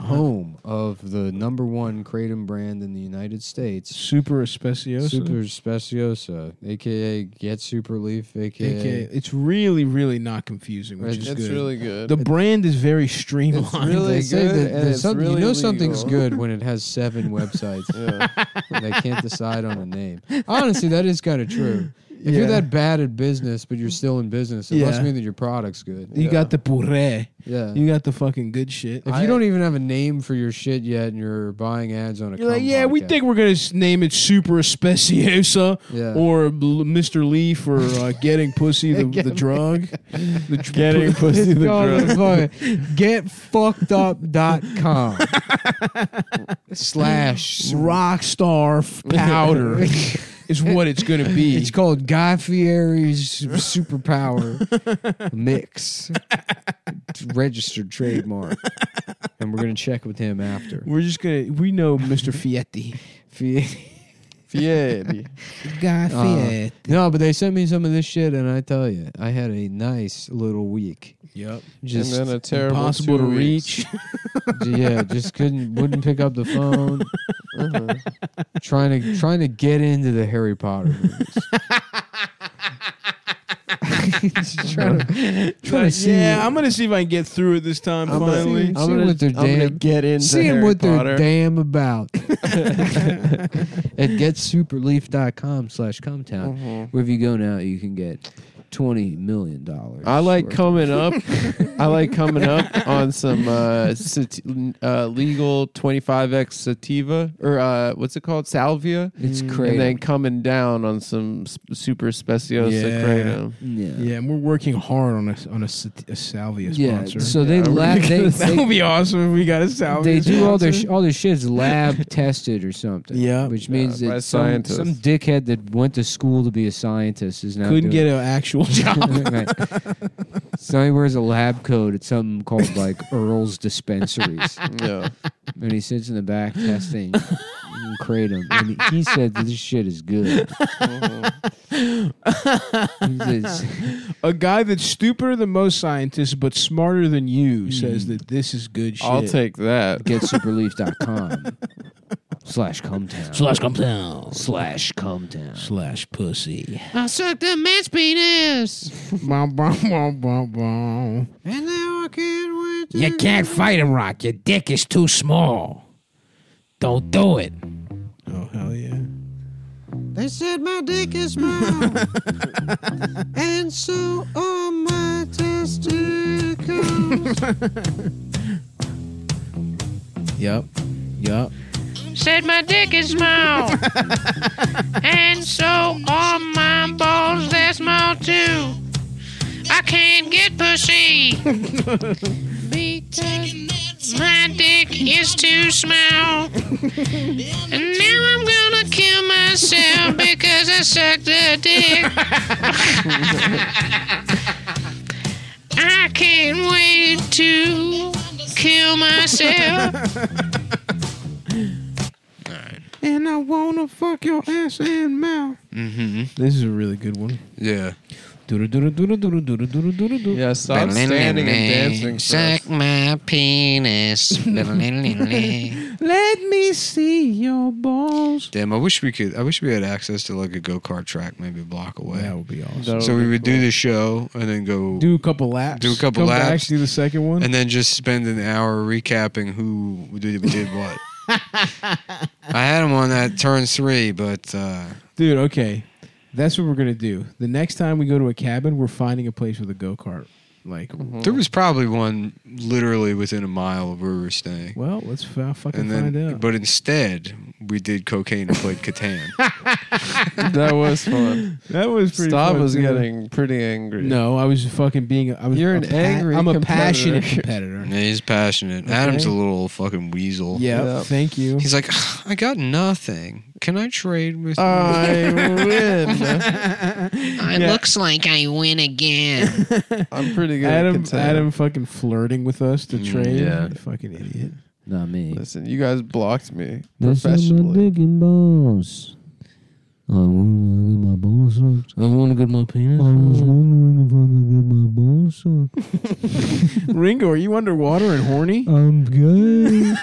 S6: Home of the number one kratom brand in the United States.
S1: Super especioso.
S6: Super Speciosa, aka Get Super Leaf, aka,
S1: Okay, It's really, really not confusing, which
S6: It's
S1: is
S3: It's
S1: good.
S3: really good.
S1: the brand is very streamlined.
S3: It's really
S6: They say
S3: good
S6: that-
S3: and
S6: that
S3: it's
S6: some- you
S3: really
S6: know something's
S3: legal.
S6: good when it
S1: *laughs*
S6: has seven websites.
S3: Yeah.
S6: and they can't decide on a name. Honestly, that is kind of true. If
S1: Yeah.
S6: you're that bad at business, but you're still in business, it must
S1: Yeah.
S6: mean that your product's good.
S1: *laughs* you got the puree.
S6: Yeah.
S1: You got the fucking good shit.
S6: if you don't even have a name for your shit yet, and you're buying ads on a,
S1: You're like,
S6: cum
S1: yeah, we
S6: podcast,
S1: think we're gonna s- name it Super Especiosa
S6: Yeah.
S1: or Bl- Mr. Leaf or uh, Getting Pussy *laughs* the, the drug. The dr-
S3: Getting pussy the
S6: Go to
S3: drug.
S6: fucking
S1: *laughs*
S6: getfuckedup.com slash
S1: Rockstar *laughs* f- powder is what it's gonna be.
S6: It's called Guy Fieri's
S3: *laughs*
S6: Superpower Mix. It's registered trademark. And we're going to check with him after.
S1: we're just gonna. We know Mr. Fietti.
S6: Fie-
S1: *laughs*
S3: Fieri.
S1: Guy
S6: Uh, no, but they sent me some of this shit, and I tell you, I had a nice little week.
S1: Yep.
S6: Just
S3: and then uh, a terrible
S1: Impossible to
S3: two weeks.
S1: *laughs* reach.
S6: *laughs* yeah, just couldn't wouldn't pick up the phone.
S3: Uh-huh.
S6: Trying to trying to get into the Harry Potter movies. Just trying to, trying to see.
S1: yeah, I'm gonna see if I can get through it this time.
S6: I'm gonna-
S1: finally,
S6: I'm gonna- what they're
S3: I'm gonna
S6: damn-
S3: get into
S6: Seeing
S3: Harry
S6: what
S3: Potter.
S6: they're damn
S3: *laughs*
S6: about *laughs* at getsuperleaf.com slash cometown
S3: Mm-hmm.
S6: wherever you go now you can get 20 million dollars
S3: I like coming up. I like coming up on some uh, sat- uh, legal 25x sativa or uh, what's it called, salvia,
S6: it's
S3: and then
S6: crazy
S3: coming down on some s- super speciosa
S1: Yeah.
S3: kratom.
S6: yeah
S1: yeah, and we're working hard on a on a, sat- a salvia
S6: yeah
S1: sponsor.
S6: so they
S3: Yeah, we're *laughs*
S6: lab they,
S1: *laughs* that would
S6: they,
S1: be awesome if we got a salvia.
S6: they do all their
S1: sponsor.
S6: sh- all their shit's lab *laughs* tested or something
S1: Yeah.
S6: which means
S3: Yeah, by
S6: that some,
S3: scientists.
S6: some dickhead that went to school to be a scientist is now
S1: couldn't
S6: doing
S3: *laughs*
S1: get an *laughs* actual job.
S6: right. So he wears a lab coat at something
S1: *laughs*
S3: *laughs*
S6: called like Earl's Dispensaries,
S3: Yeah,
S6: and he sits in the back testing
S10: fucking kratom. And he said this shit is good. He says,
S1: A guy that's stupider than most scientists but smarter than you says that this is good shit.
S3: I'll take that.
S10: GetSuperleaf.com slash Cumtown. Slash Cumtown. Slash Cumtown.
S1: slash pussy.
S10: I sucked that man's penis.
S1: Bum, bum, bum, bum, bum.
S6: You can't fight him, Rock. Your dick is too small. Don't do it.
S1: Oh hell yeah!
S5: They said my dick is small, and so are my testicles.
S1: Yep, yep.
S2: Said my dick is small. and so are my balls, they're small too. I can't get pussy. because my dick is too small. And now I'm gonna kill myself because I sucked a dick. I can't wait to kill myself.
S3: *laughs*
S1: And I wanna fuck your ass and mouth. Mm-hmm. This is a really good one.
S3: Yeah.
S1: Do-do-do-do-do-do-do-do-do-do-do.
S3: Yeah, stop standing and dancing.
S2: Suck
S3: first.
S2: my
S3: *laughs*
S2: penis.
S1: Let me see your balls.
S6: Damn, I wish we could. I wish we had access to like a go kart track, maybe a block away.
S1: That would be awesome.
S3: That'll
S6: so we
S3: be
S6: would
S3: cool.
S6: do the show and then go,
S1: Do a couple laps.
S6: Do a couple
S1: Come
S6: laps.
S1: Back, do the second one.
S6: and then just spend an hour recapping who did, did what. I had him on that turn three, but uh,
S1: Dude, okay. That's what we're gonna do. The next time we go to a cabin, we're finding a place with a go kart. Like,
S3: Mm-hmm.
S6: there was probably one literally within a mile of where we were staying.
S1: well, let's f- fucking
S6: And
S1: find
S6: then,
S1: out.
S6: but instead, we did cocaine *laughs* and played Catan.
S3: *laughs* that was
S1: *laughs*
S3: fun.
S1: that was pretty.
S3: Stop
S1: fun,
S3: was
S1: too.
S3: getting pretty angry.
S1: No, I was fucking being. I was.
S3: You're
S1: a
S3: an angry
S1: I'm a
S3: competitor. *laughs*
S1: passionate competitor.
S6: Yeah, he's passionate. Adam's a little fucking weasel.
S1: Yeah.
S3: Yep.
S1: Thank you.
S6: He's like, "Ugh, I got nothing. Can I trade with you?"
S10: Uh,
S3: I win.
S1: *laughs*
S2: It looks like I win again.
S3: I'm pretty good. at
S1: Adam,
S3: content.
S1: Adam, fucking flirting with us to trade.
S3: Mm, yeah.
S1: Fucking idiot.
S10: *laughs* Not me.
S3: Listen, you guys blocked me
S10: That's not my
S3: professionally.
S10: dick and balls. I want to get my balls sucked. I want to get my penis. I was wondering if I could get my balls sucked.
S1: Ringo, are you underwater and *laughs* horny?
S10: I'm *laughs* gay.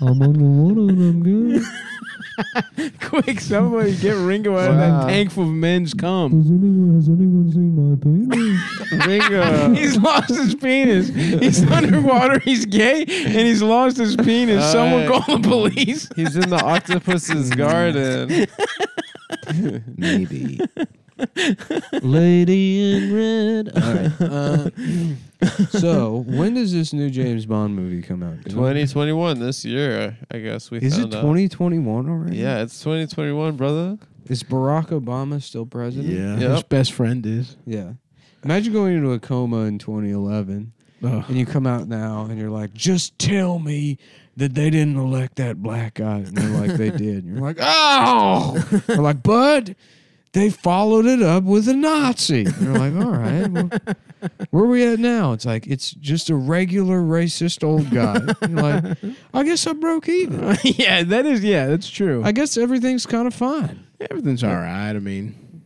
S10: I'm underwater and I'm gay.
S1: Quick, somebody get Ringo out of
S3: Wow.
S1: that tank full of men's cum.
S10: Has anyone, has anyone seen my penis?
S1: *laughs*
S3: Ringo.
S1: He's lost his penis. *laughs* He's underwater. He's gay, and he's lost his penis.
S3: All
S1: Someone
S3: right.
S1: call the police.
S3: He's in
S1: *laughs*
S3: the octopus's garden.
S10: Maybe. Lady in red. All right.
S6: uh,
S10: *laughs*
S6: so, when does this new James Bond movie come out?
S3: 2021 this year, I guess we
S6: Is it
S3: found out.
S6: 2021 already?
S3: Yeah, it's 2021, brother.
S6: Is Barack Obama still president?
S3: Yep.
S1: His best friend is.
S6: Yeah. Imagine going into a coma in 2011
S1: Ugh.
S6: and you come out now and you're like, just tell me that they didn't elect that black guy. And they're like, they did. And you're like, oh! They're like, but they followed it up with a Nazi. And you're like, all right. Well, where are we at now? It's like, it's just a regular racist old guy. And you're like, I guess I broke even.
S1: *laughs* yeah, that is. Yeah, that's true.
S6: I guess everything's kind of fine.
S1: Everything's all right. I mean,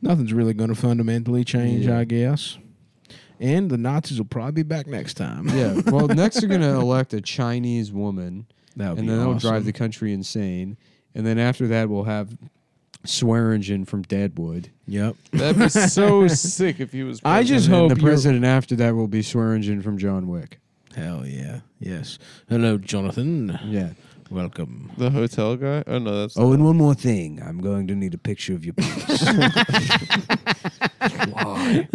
S1: nothing's really going to fundamentally change, I guess. And the Nazis will probably be back next time.
S6: Yeah. Well, next they're going to elect a Chinese woman.
S1: that would
S6: and
S1: be
S6: then that'll
S1: awesome.
S6: drive the country insane. And then after that, we'll have Swearingen from Deadwood.
S1: Yep.
S3: That'd
S1: *laughs*
S3: be so sick if he was.
S1: I
S3: president.
S1: just
S6: and
S1: hope
S6: the
S1: you're-
S6: president after that will be Swearingen from John Wick.
S1: Hell yeah. Yes. Hello, Jonathan.
S6: Yeah.
S1: Welcome.
S3: the hotel guy. Oh no, that's
S6: Oh, and one more thing, I'm going to need a picture of your *laughs* penis. Why?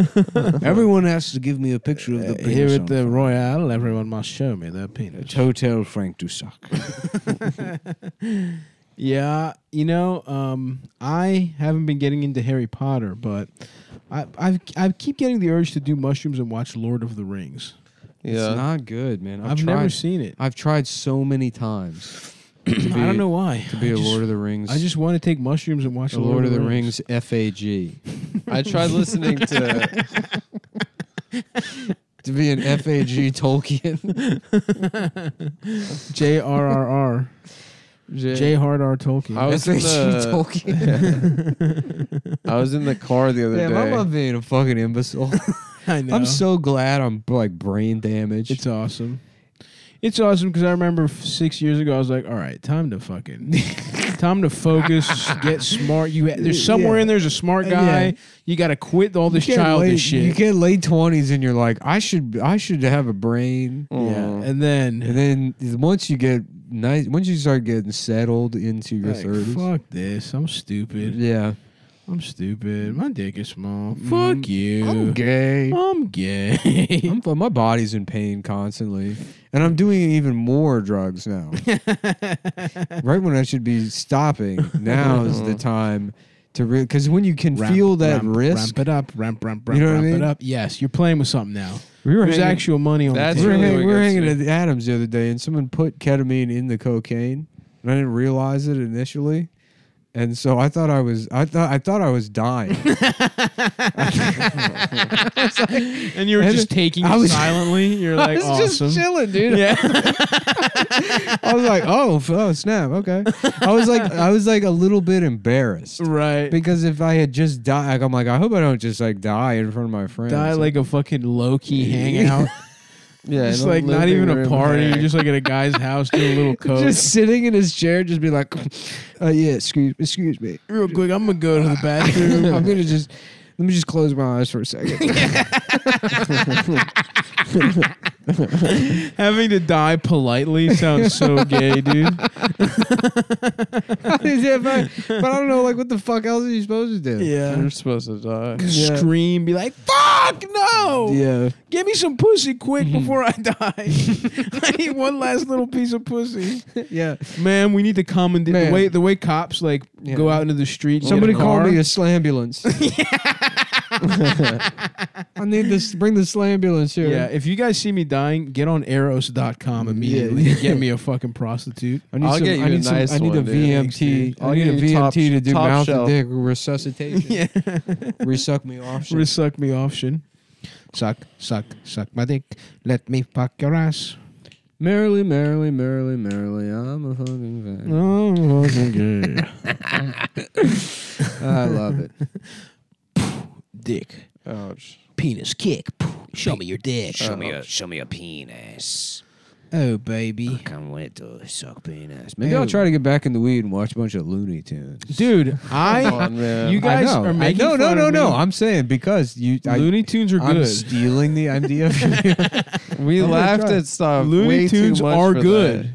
S6: Everyone has to give me a picture of Uh, the penis.
S1: Uh, Here
S6: on
S1: at the
S6: Frank.
S1: Royale, everyone must show me their penis.
S6: Hotel Frank Dussac.
S1: Yeah, you know, um, I haven't been getting into Harry Potter, but I I've, I keep getting the urge to do mushrooms and watch Lord of the Rings.
S6: It's
S3: yeah.
S6: not good, man. I've,
S1: I've,
S6: tried,
S1: never seen it.
S6: I've tried so many
S1: *clears throat*
S6: times
S1: I
S6: be-
S1: don't know why.
S6: to be
S1: I
S6: a
S1: just-
S6: Lord of the Rings.
S1: I just want to take mushrooms and watch
S6: a Lord of the Rings FAG.
S1: *laughs*
S3: I tried listening to. to be an
S6: *laughs*
S3: FAG Tolkien.
S1: J.R.R.R.
S6: *laughs*
S1: J. Hard R. Tolkien.
S3: I was, in the,
S6: Tolkien.
S3: I was in the car the other
S6: Damn,
S3: day.
S6: I'm not being a fucking imbecile.
S1: *laughs* I know.
S6: I'm so glad I'm like brain damaged.
S1: It's awesome. It's awesome because I remember f- six years ago, I was like, all right, time to fucking. *laughs* Time to focus, get smart. You there's somewhere
S6: Yeah.
S1: in there's a smart guy.
S6: Yeah.
S1: You got to quit all this
S6: You get
S1: childish
S6: late-
S1: shit.
S6: You get late twenties and you're like, I should, I should have a brain.
S3: Mm.
S1: yeah, and then
S6: And then once you get nice, once you start getting settled into your
S1: like,
S6: thirties,
S1: fuck this. I'm stupid.
S6: yeah, Mm-hmm.
S1: I'm stupid. My dick is small. Fuck you.
S6: I'm gay.
S1: I'm gay.
S6: I'm, fu- my body's in pain constantly, and I'm doing even more
S1: *laughs*
S6: drugs now. right when I should be stopping, now is the time to because when you
S1: *laughs*
S6: can
S1: Uh-huh. Ramp,
S6: feel that
S1: ramp,
S6: risk,
S1: Ramp it up. Ramp, ramp, ramp,
S6: You know what I
S1: ramp
S6: mean?
S1: it up. Yes, you're playing with something now.
S6: we were
S1: There's
S6: hanging-
S1: actual money on
S3: That's
S1: the
S6: we were
S1: table.
S3: really
S6: hang- we were
S3: good
S6: hanging
S3: sleep.
S6: at the Adams the other day, and someone put ketamine in the cocaine, and I didn't realize it initially. And so I thought I was I thought I thought I was dying.
S1: and you were
S6: And
S1: just taking
S6: I
S1: it
S6: was-
S1: silently. You're
S6: *laughs* I
S1: like
S6: was
S1: awesome.
S6: just chilling, dude.
S1: yeah,
S6: *laughs* I was like, oh, f- oh, snap, okay. I was like, I was like a little bit embarrassed
S1: right.
S6: because if I had just died, like, I'm like, I hope I don't just like die in front of my friends.
S1: Die like a fucking low key *laughs* hangout.
S3: yeah,
S1: It's
S3: in the
S1: like not
S3: living
S1: even a
S3: room.
S1: party.
S3: Yeah.
S1: You're just like at a guy's house doing a *laughs* little coke.
S6: just sitting in his chair, just be like, *laughs* uh, yeah, excuse, excuse me.
S1: real quick, I'm gonna go to *laughs* the
S6: I'm
S1: bathroom.
S6: gonna just let me just close my eyes for a second. *laughs*
S1: *laughs* Having to die politely sounds *laughs* so gay, dude.
S6: Yeah, but, but I don't know, like, what the fuck else are you supposed to do?
S1: Yeah.
S3: You're supposed to die.
S6: Yeah.
S1: Scream, be like, "Fuck no!
S6: Yeah.
S1: Give me some pussy quick before I die. *laughs* I need one last little piece of pussy."
S6: Yeah.
S1: Man, we need to commandeer the
S6: Man.
S1: way the way cops like
S6: Yeah.
S1: go out into the street. and
S6: Somebody
S1: get a
S6: call
S1: car.
S6: me a slambulance. I need this. Bring the slambulance here.
S1: Yeah, if you guys see me dying, get on eros.com immediately. and Get me a fucking prostitute.
S6: I need
S3: I'll
S6: some,
S3: get you
S6: I
S3: a
S6: need some-
S3: nice
S6: I need
S3: one,
S6: a
S3: dude.
S6: VMT.
S3: I'll
S6: I need a
S3: get you
S6: VMT
S3: top-
S6: to do
S3: top
S6: mouth and
S3: shelf.
S6: dick resuscitation.
S1: *laughs* Yeah.
S6: Resuck me off. shit.
S1: Suck me off, shin. Suck, suck, suck my dick. Let me fuck your *laughs* ass.
S8: Merrily, merrily, merrily, merrily, I'm a fucking fan.
S1: Oh, fucking gay.
S6: Oh.
S8: I love
S6: *laughs*
S8: it.
S1: dick. *laughs*
S3: Ouch.
S2: Penis kick. Show me your dick. Show me
S3: Uh,
S2: a show me a penis.
S1: Oh, baby.
S2: I want to suck penis.
S8: Maybe I'll try to get back in the weed and watch a bunch of Looney Tunes.
S1: Dude,
S3: Come
S1: I
S3: on, man.
S1: you guys
S6: I know.
S1: are making
S6: I, no, no,
S1: fun
S6: no,
S1: of
S6: no.
S1: me.
S6: I'm saying because you. I,
S1: Looney Tunes are
S6: I'm
S1: good.
S6: stealing the idea. Of you.
S3: we
S6: I'm gonna
S3: laughed
S6: try.
S3: at stuff. way
S1: Looney
S3: too
S1: Tunes
S3: much
S1: are
S3: for
S1: good.
S3: that.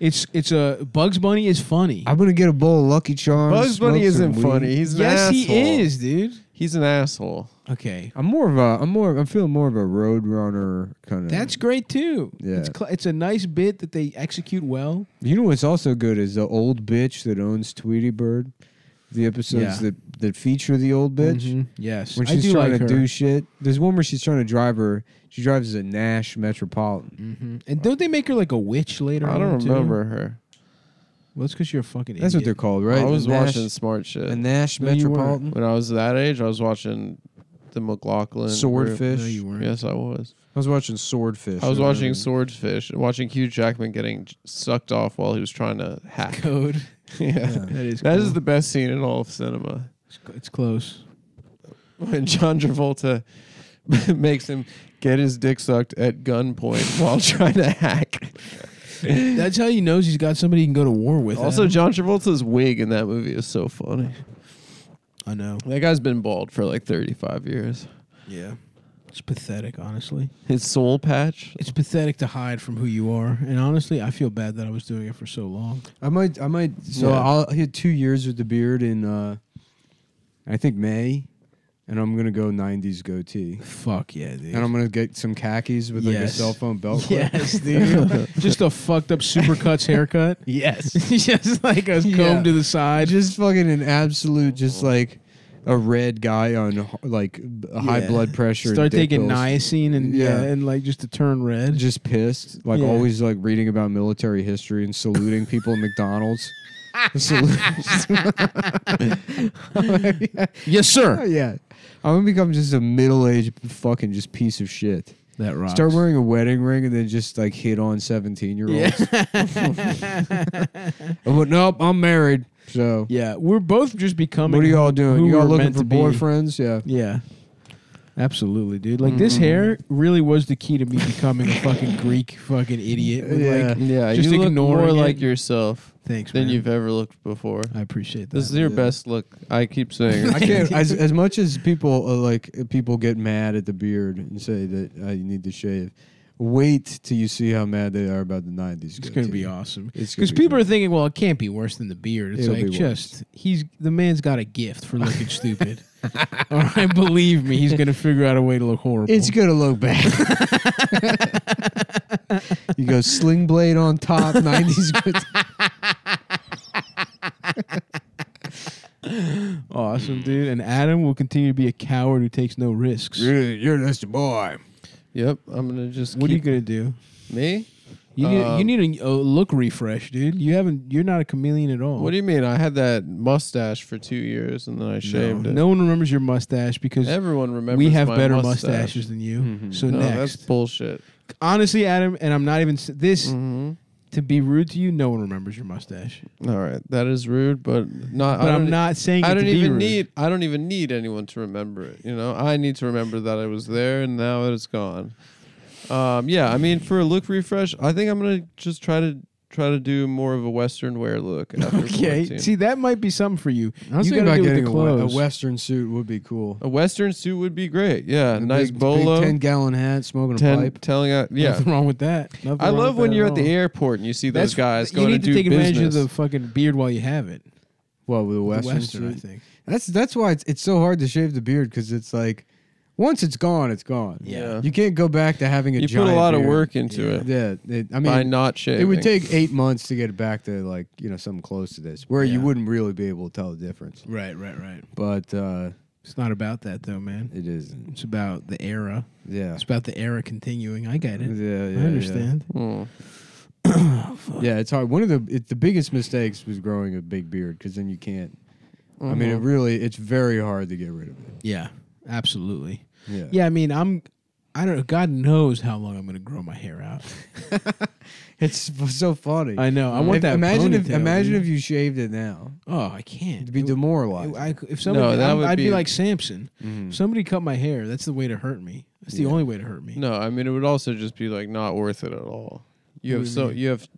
S1: It's it's a Bugs Bunny is funny.
S6: I'm gonna get a bowl of Lucky Charms.
S3: Bugs Bunny
S6: smoke some
S3: isn't
S6: weed.
S3: funny. He's an
S1: yes,
S3: asshole.
S1: he is, dude.
S3: He's an asshole.
S1: Okay,
S6: I'm more of a. I'm more. I'm feeling more of a road runner kind of.
S1: that's great too.
S6: Yeah.
S1: It's cl- it's a nice bit that they execute well.
S6: You know what's also good is the old bitch that owns Tweety Bird. The episodes
S1: Yeah.
S6: that that feature the old bitch.
S1: Yes,
S6: when
S1: I
S6: she's
S1: do
S6: trying
S1: like
S6: to
S1: her.
S6: Mm-hmm. do shit. There's one where she's trying to drive her. She drives a Nash Metropolitan.
S1: Mm-hmm. And don't they make her like a witch later?
S3: I don't
S1: on, too?
S3: remember her.
S1: Well, that's because you're a fucking.
S6: That's what they're
S1: idiot.
S6: called, right?
S3: I was
S6: a Nash,
S3: watching smart shit.
S6: a Nash
S1: No, you weren't.
S6: Metropolitan
S3: When I was that age, I was watching the McLaughlin group.
S6: Swordfish.
S1: No, you weren't.
S3: Yes, I was.
S6: I was watching Swordfish.
S3: I was watching Swordfish and watching Hugh Jackman getting j- sucked off while he was trying to
S1: *laughs*
S3: hack.
S1: Code.
S3: *laughs* yeah.
S1: That is.
S3: That
S1: cool.
S3: is the best scene in all of cinema.
S1: It's cl- It's close.
S3: When John Travolta *laughs* makes him get his dick sucked at gunpoint *laughs* while trying to hack.
S1: That's how he knows he's got somebody he can go to war with.
S3: Also,
S1: Adam.
S3: John Travolta's wig in that movie is so funny.
S1: I know.
S3: That guy's been bald for like 35 years.
S1: Yeah, it's pathetic. Honestly,
S3: His soul patch.
S1: it's pathetic to hide from who you are. And honestly, I feel bad that I was doing it for so long.
S6: I might. I might. So
S3: Yeah.
S6: I'll hit two years with the beard in, uh, I think May, and I'm gonna go '90s goatee,
S1: Fuck yeah, dude.
S6: and I'm gonna get some khakis with like a
S1: Yes.
S6: cell phone belt. clip.
S1: *laughs* Yes, dude. Just a fucked up supercuts haircut.
S6: *laughs* Yes.
S1: *laughs* Just like a comb
S6: Yeah.
S1: to the side.
S6: just fucking an absolute,
S1: Oh.
S6: just like a red guy on h- like b- high
S1: Yeah.
S6: blood pressure.
S1: Start
S6: dick
S1: taking
S6: pills.
S1: niacin and yeah.
S6: Yeah.
S1: and like just to turn red.
S6: Just pissed, like
S1: Yeah.
S6: always, like reading about military history and saluting people
S1: *laughs*
S6: at McDonald's. Salu- *laughs*
S1: yes, sir.
S6: Oh, yeah, I'm gonna become just a middle aged fucking just piece of shit.
S1: That rocks.
S6: Start *laughs* wearing a wedding ring and then just like hit on 17 year olds. but nope, I'm married. So
S1: Yeah, we're both just becoming.
S6: what are y'all
S1: who
S6: doing? You all
S1: we're
S6: looking
S1: meant
S6: for
S1: to be.
S6: boyfriends? Yeah.
S1: Yeah. Absolutely, dude. Like this
S6: Mm-hmm.
S1: hair really was the key to me becoming a fucking Greek fucking idiot. With, Like,
S3: yeah,
S1: just
S3: you look
S1: ignoring
S3: more
S1: it.
S3: like yourself
S1: thanks,
S3: than
S1: man.
S3: you've ever looked before.
S1: I appreciate that.
S3: This is your best look. I keep
S1: *laughs*
S3: saying. it.
S6: I *laughs* can't. As, as much as people uh, like people get mad at the beard and say that uh, you need to shave, wait till you see how mad they are about the nineties.
S1: It's gonna be awesome.
S6: It's gonna
S1: Because
S6: be
S1: people
S6: great.
S1: are thinking, well, it can't be worse than the beard. It's
S6: It'll
S1: like
S6: be
S1: just he's the man's got a gift for looking stupid. *laughs* All right, believe me, he's gonna figure out a way to look horrible.
S6: It's gonna look bad. *laughs* you go sling blade on top, *laughs* nineties.
S1: awesome, dude. And Adam will continue to be a coward who takes no risks.
S6: You're just a boy.
S3: *laughs* Yep, I'm gonna just.
S1: What are you
S3: keep,
S1: gonna do?
S3: me?
S1: You need, you
S3: Um,
S1: need a, a look refresh, dude. You haven't. You're not a chameleon at all.
S3: What do you mean? I had that mustache for two years and then I shaved it.
S1: No one remembers your mustache because
S3: everyone remembers.
S1: we have
S3: my
S1: better
S3: mustache.
S1: mustaches than you.
S6: Mm-hmm.
S1: So
S3: No, that's
S1: next,
S3: bullshit.
S1: honestly, Adam, and I'm not even s- this
S3: Mhm.
S1: to be rude to you. No one remembers your mustache,
S3: All right, that is rude, but not.
S1: but
S3: I
S1: I'm
S3: don't- e-
S1: not saying
S3: I
S1: it
S3: don't
S1: to be
S3: even
S1: rude.
S3: need. I don't even need anyone to remember it. You know, I need to remember that I was there, and now it's gone. Um, yeah, I mean, for a look refresh, I think I'm gonna just try to try to do more of a Western wear look. After
S1: *laughs* Okay,
S3: 14.
S1: see that might be something for you.
S6: I was
S1: you
S6: thinking
S1: gotta do it
S6: about
S1: with
S6: getting
S1: the
S6: a, we- a
S1: clothes.
S6: western suit would be cool.
S3: a Western suit would be great. Yeah,
S6: A
S3: nice
S6: big- big
S3: bolo,
S6: ten gallon hat, smoking
S3: ten-
S6: a pipe.
S3: telling out. Yeah,
S1: Nothing wrong with that. Nothing
S3: I
S1: wrong
S3: love
S1: with
S3: when
S1: that
S3: you're at
S1: all.
S3: the airport and you see
S1: That's
S3: those guys
S1: You
S3: going
S1: need
S3: do
S1: to take
S3: business.
S1: advantage of the fucking beard while you have it.
S6: What with a
S1: The
S6: western,
S1: Western, I
S6: suit?
S1: think.
S6: That's that's why it's, it's so hard to shave the beard because it's like once it's gone, it's gone.
S1: Yeah.
S6: you can't go back to having a.
S3: you put
S6: giant
S3: a lot of
S6: beard.
S3: work into it
S6: Yeah, it, I
S3: by
S6: mean,
S3: not shaving.
S6: it would take eight months to get it back to like you know something close to this, where you
S1: Yeah.
S6: wouldn't really be able to tell the difference.
S1: Right, right, right.
S6: But uh
S1: It's not about that though, man.
S6: it isn't.
S1: It's about the era.
S6: Yeah,
S1: It's about the era continuing. I get
S6: yeah,
S1: it.
S6: yeah,
S1: I understand.
S3: Mm.
S6: Yeah. Yeah, it's hard. One of the it, the biggest mistakes was growing a big beard because then you can't. I
S1: Uh-huh.
S6: mean, it really it's very hard to get rid of it.
S1: Yeah, absolutely.
S6: Yeah,
S1: Yeah, I mean, I'm. I don't. God knows how long I'm going to grow my hair
S3: *laughs*
S1: out.
S6: it's f- so funny.
S1: I know. I want
S6: If-
S1: that.
S6: Imagine if
S1: ponytail,
S6: imagine
S1: dude.
S6: if you shaved it now,
S1: Oh, I can't.
S6: it'd be
S1: It-
S6: demoralized.
S1: it- I, if somebody,
S3: No, that
S1: I'm-
S3: would
S1: I'd be,
S3: be- Mm-hmm.
S1: like Samson. If somebody cut my hair. That's the way to hurt me. That's the
S6: Yeah.
S1: only way to hurt me.
S3: No, I mean it would also just be like not worth it at all. You
S1: What
S3: have
S1: do you
S3: so
S1: mean?
S3: you have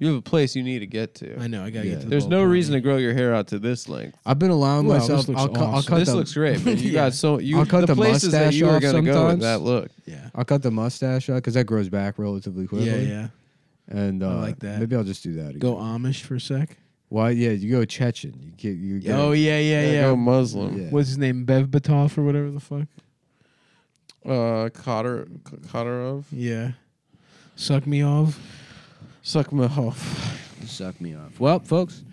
S3: you have a place you need to get to.
S1: I know. I gotta
S6: Yeah.
S1: get. To the
S3: There's
S1: ball
S3: no
S1: point.
S3: reason to grow your hair out to this length.
S6: I've been allowing
S1: Wow, this
S6: myself.
S1: looks
S6: I'll, cut I'll
S1: awesome.
S6: cut
S3: This
S6: the,
S3: looks great, but you
S1: Yeah.
S3: got so you
S6: I'll cut
S3: the,
S6: the
S3: places that you
S6: mustache
S3: were
S6: off
S3: gonna go with
S6: sometimes.
S3: that look.
S1: Yeah.
S6: I'll cut the mustache out because that grows back relatively quickly.
S1: Yeah, yeah.
S6: And uh,
S1: like that.
S6: Maybe I'll just do that. Again.
S1: Go Amish for a sec.
S6: Why? Yeah, you go Chechen. You get. You get
S1: Oh yeah, yeah,
S3: Yeah,
S1: yeah.
S3: Go Muslim.
S6: Yeah.
S1: What's his name? Bev Batoff or whatever the fuck.
S3: Uh, Cotter, Cotterov,
S1: Yeah. Suck me off.
S3: suck me off.
S11: Suck me off. Well, folks,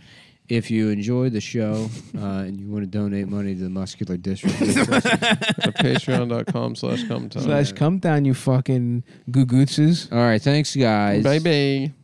S11: if you enjoy the show uh, and you want to donate money to the Muscular District,
S1: *laughs*
S3: At Patreon.com slash come
S1: Slash come down, you fucking gugutzes.
S11: all right, thanks guys.
S3: Bye bye.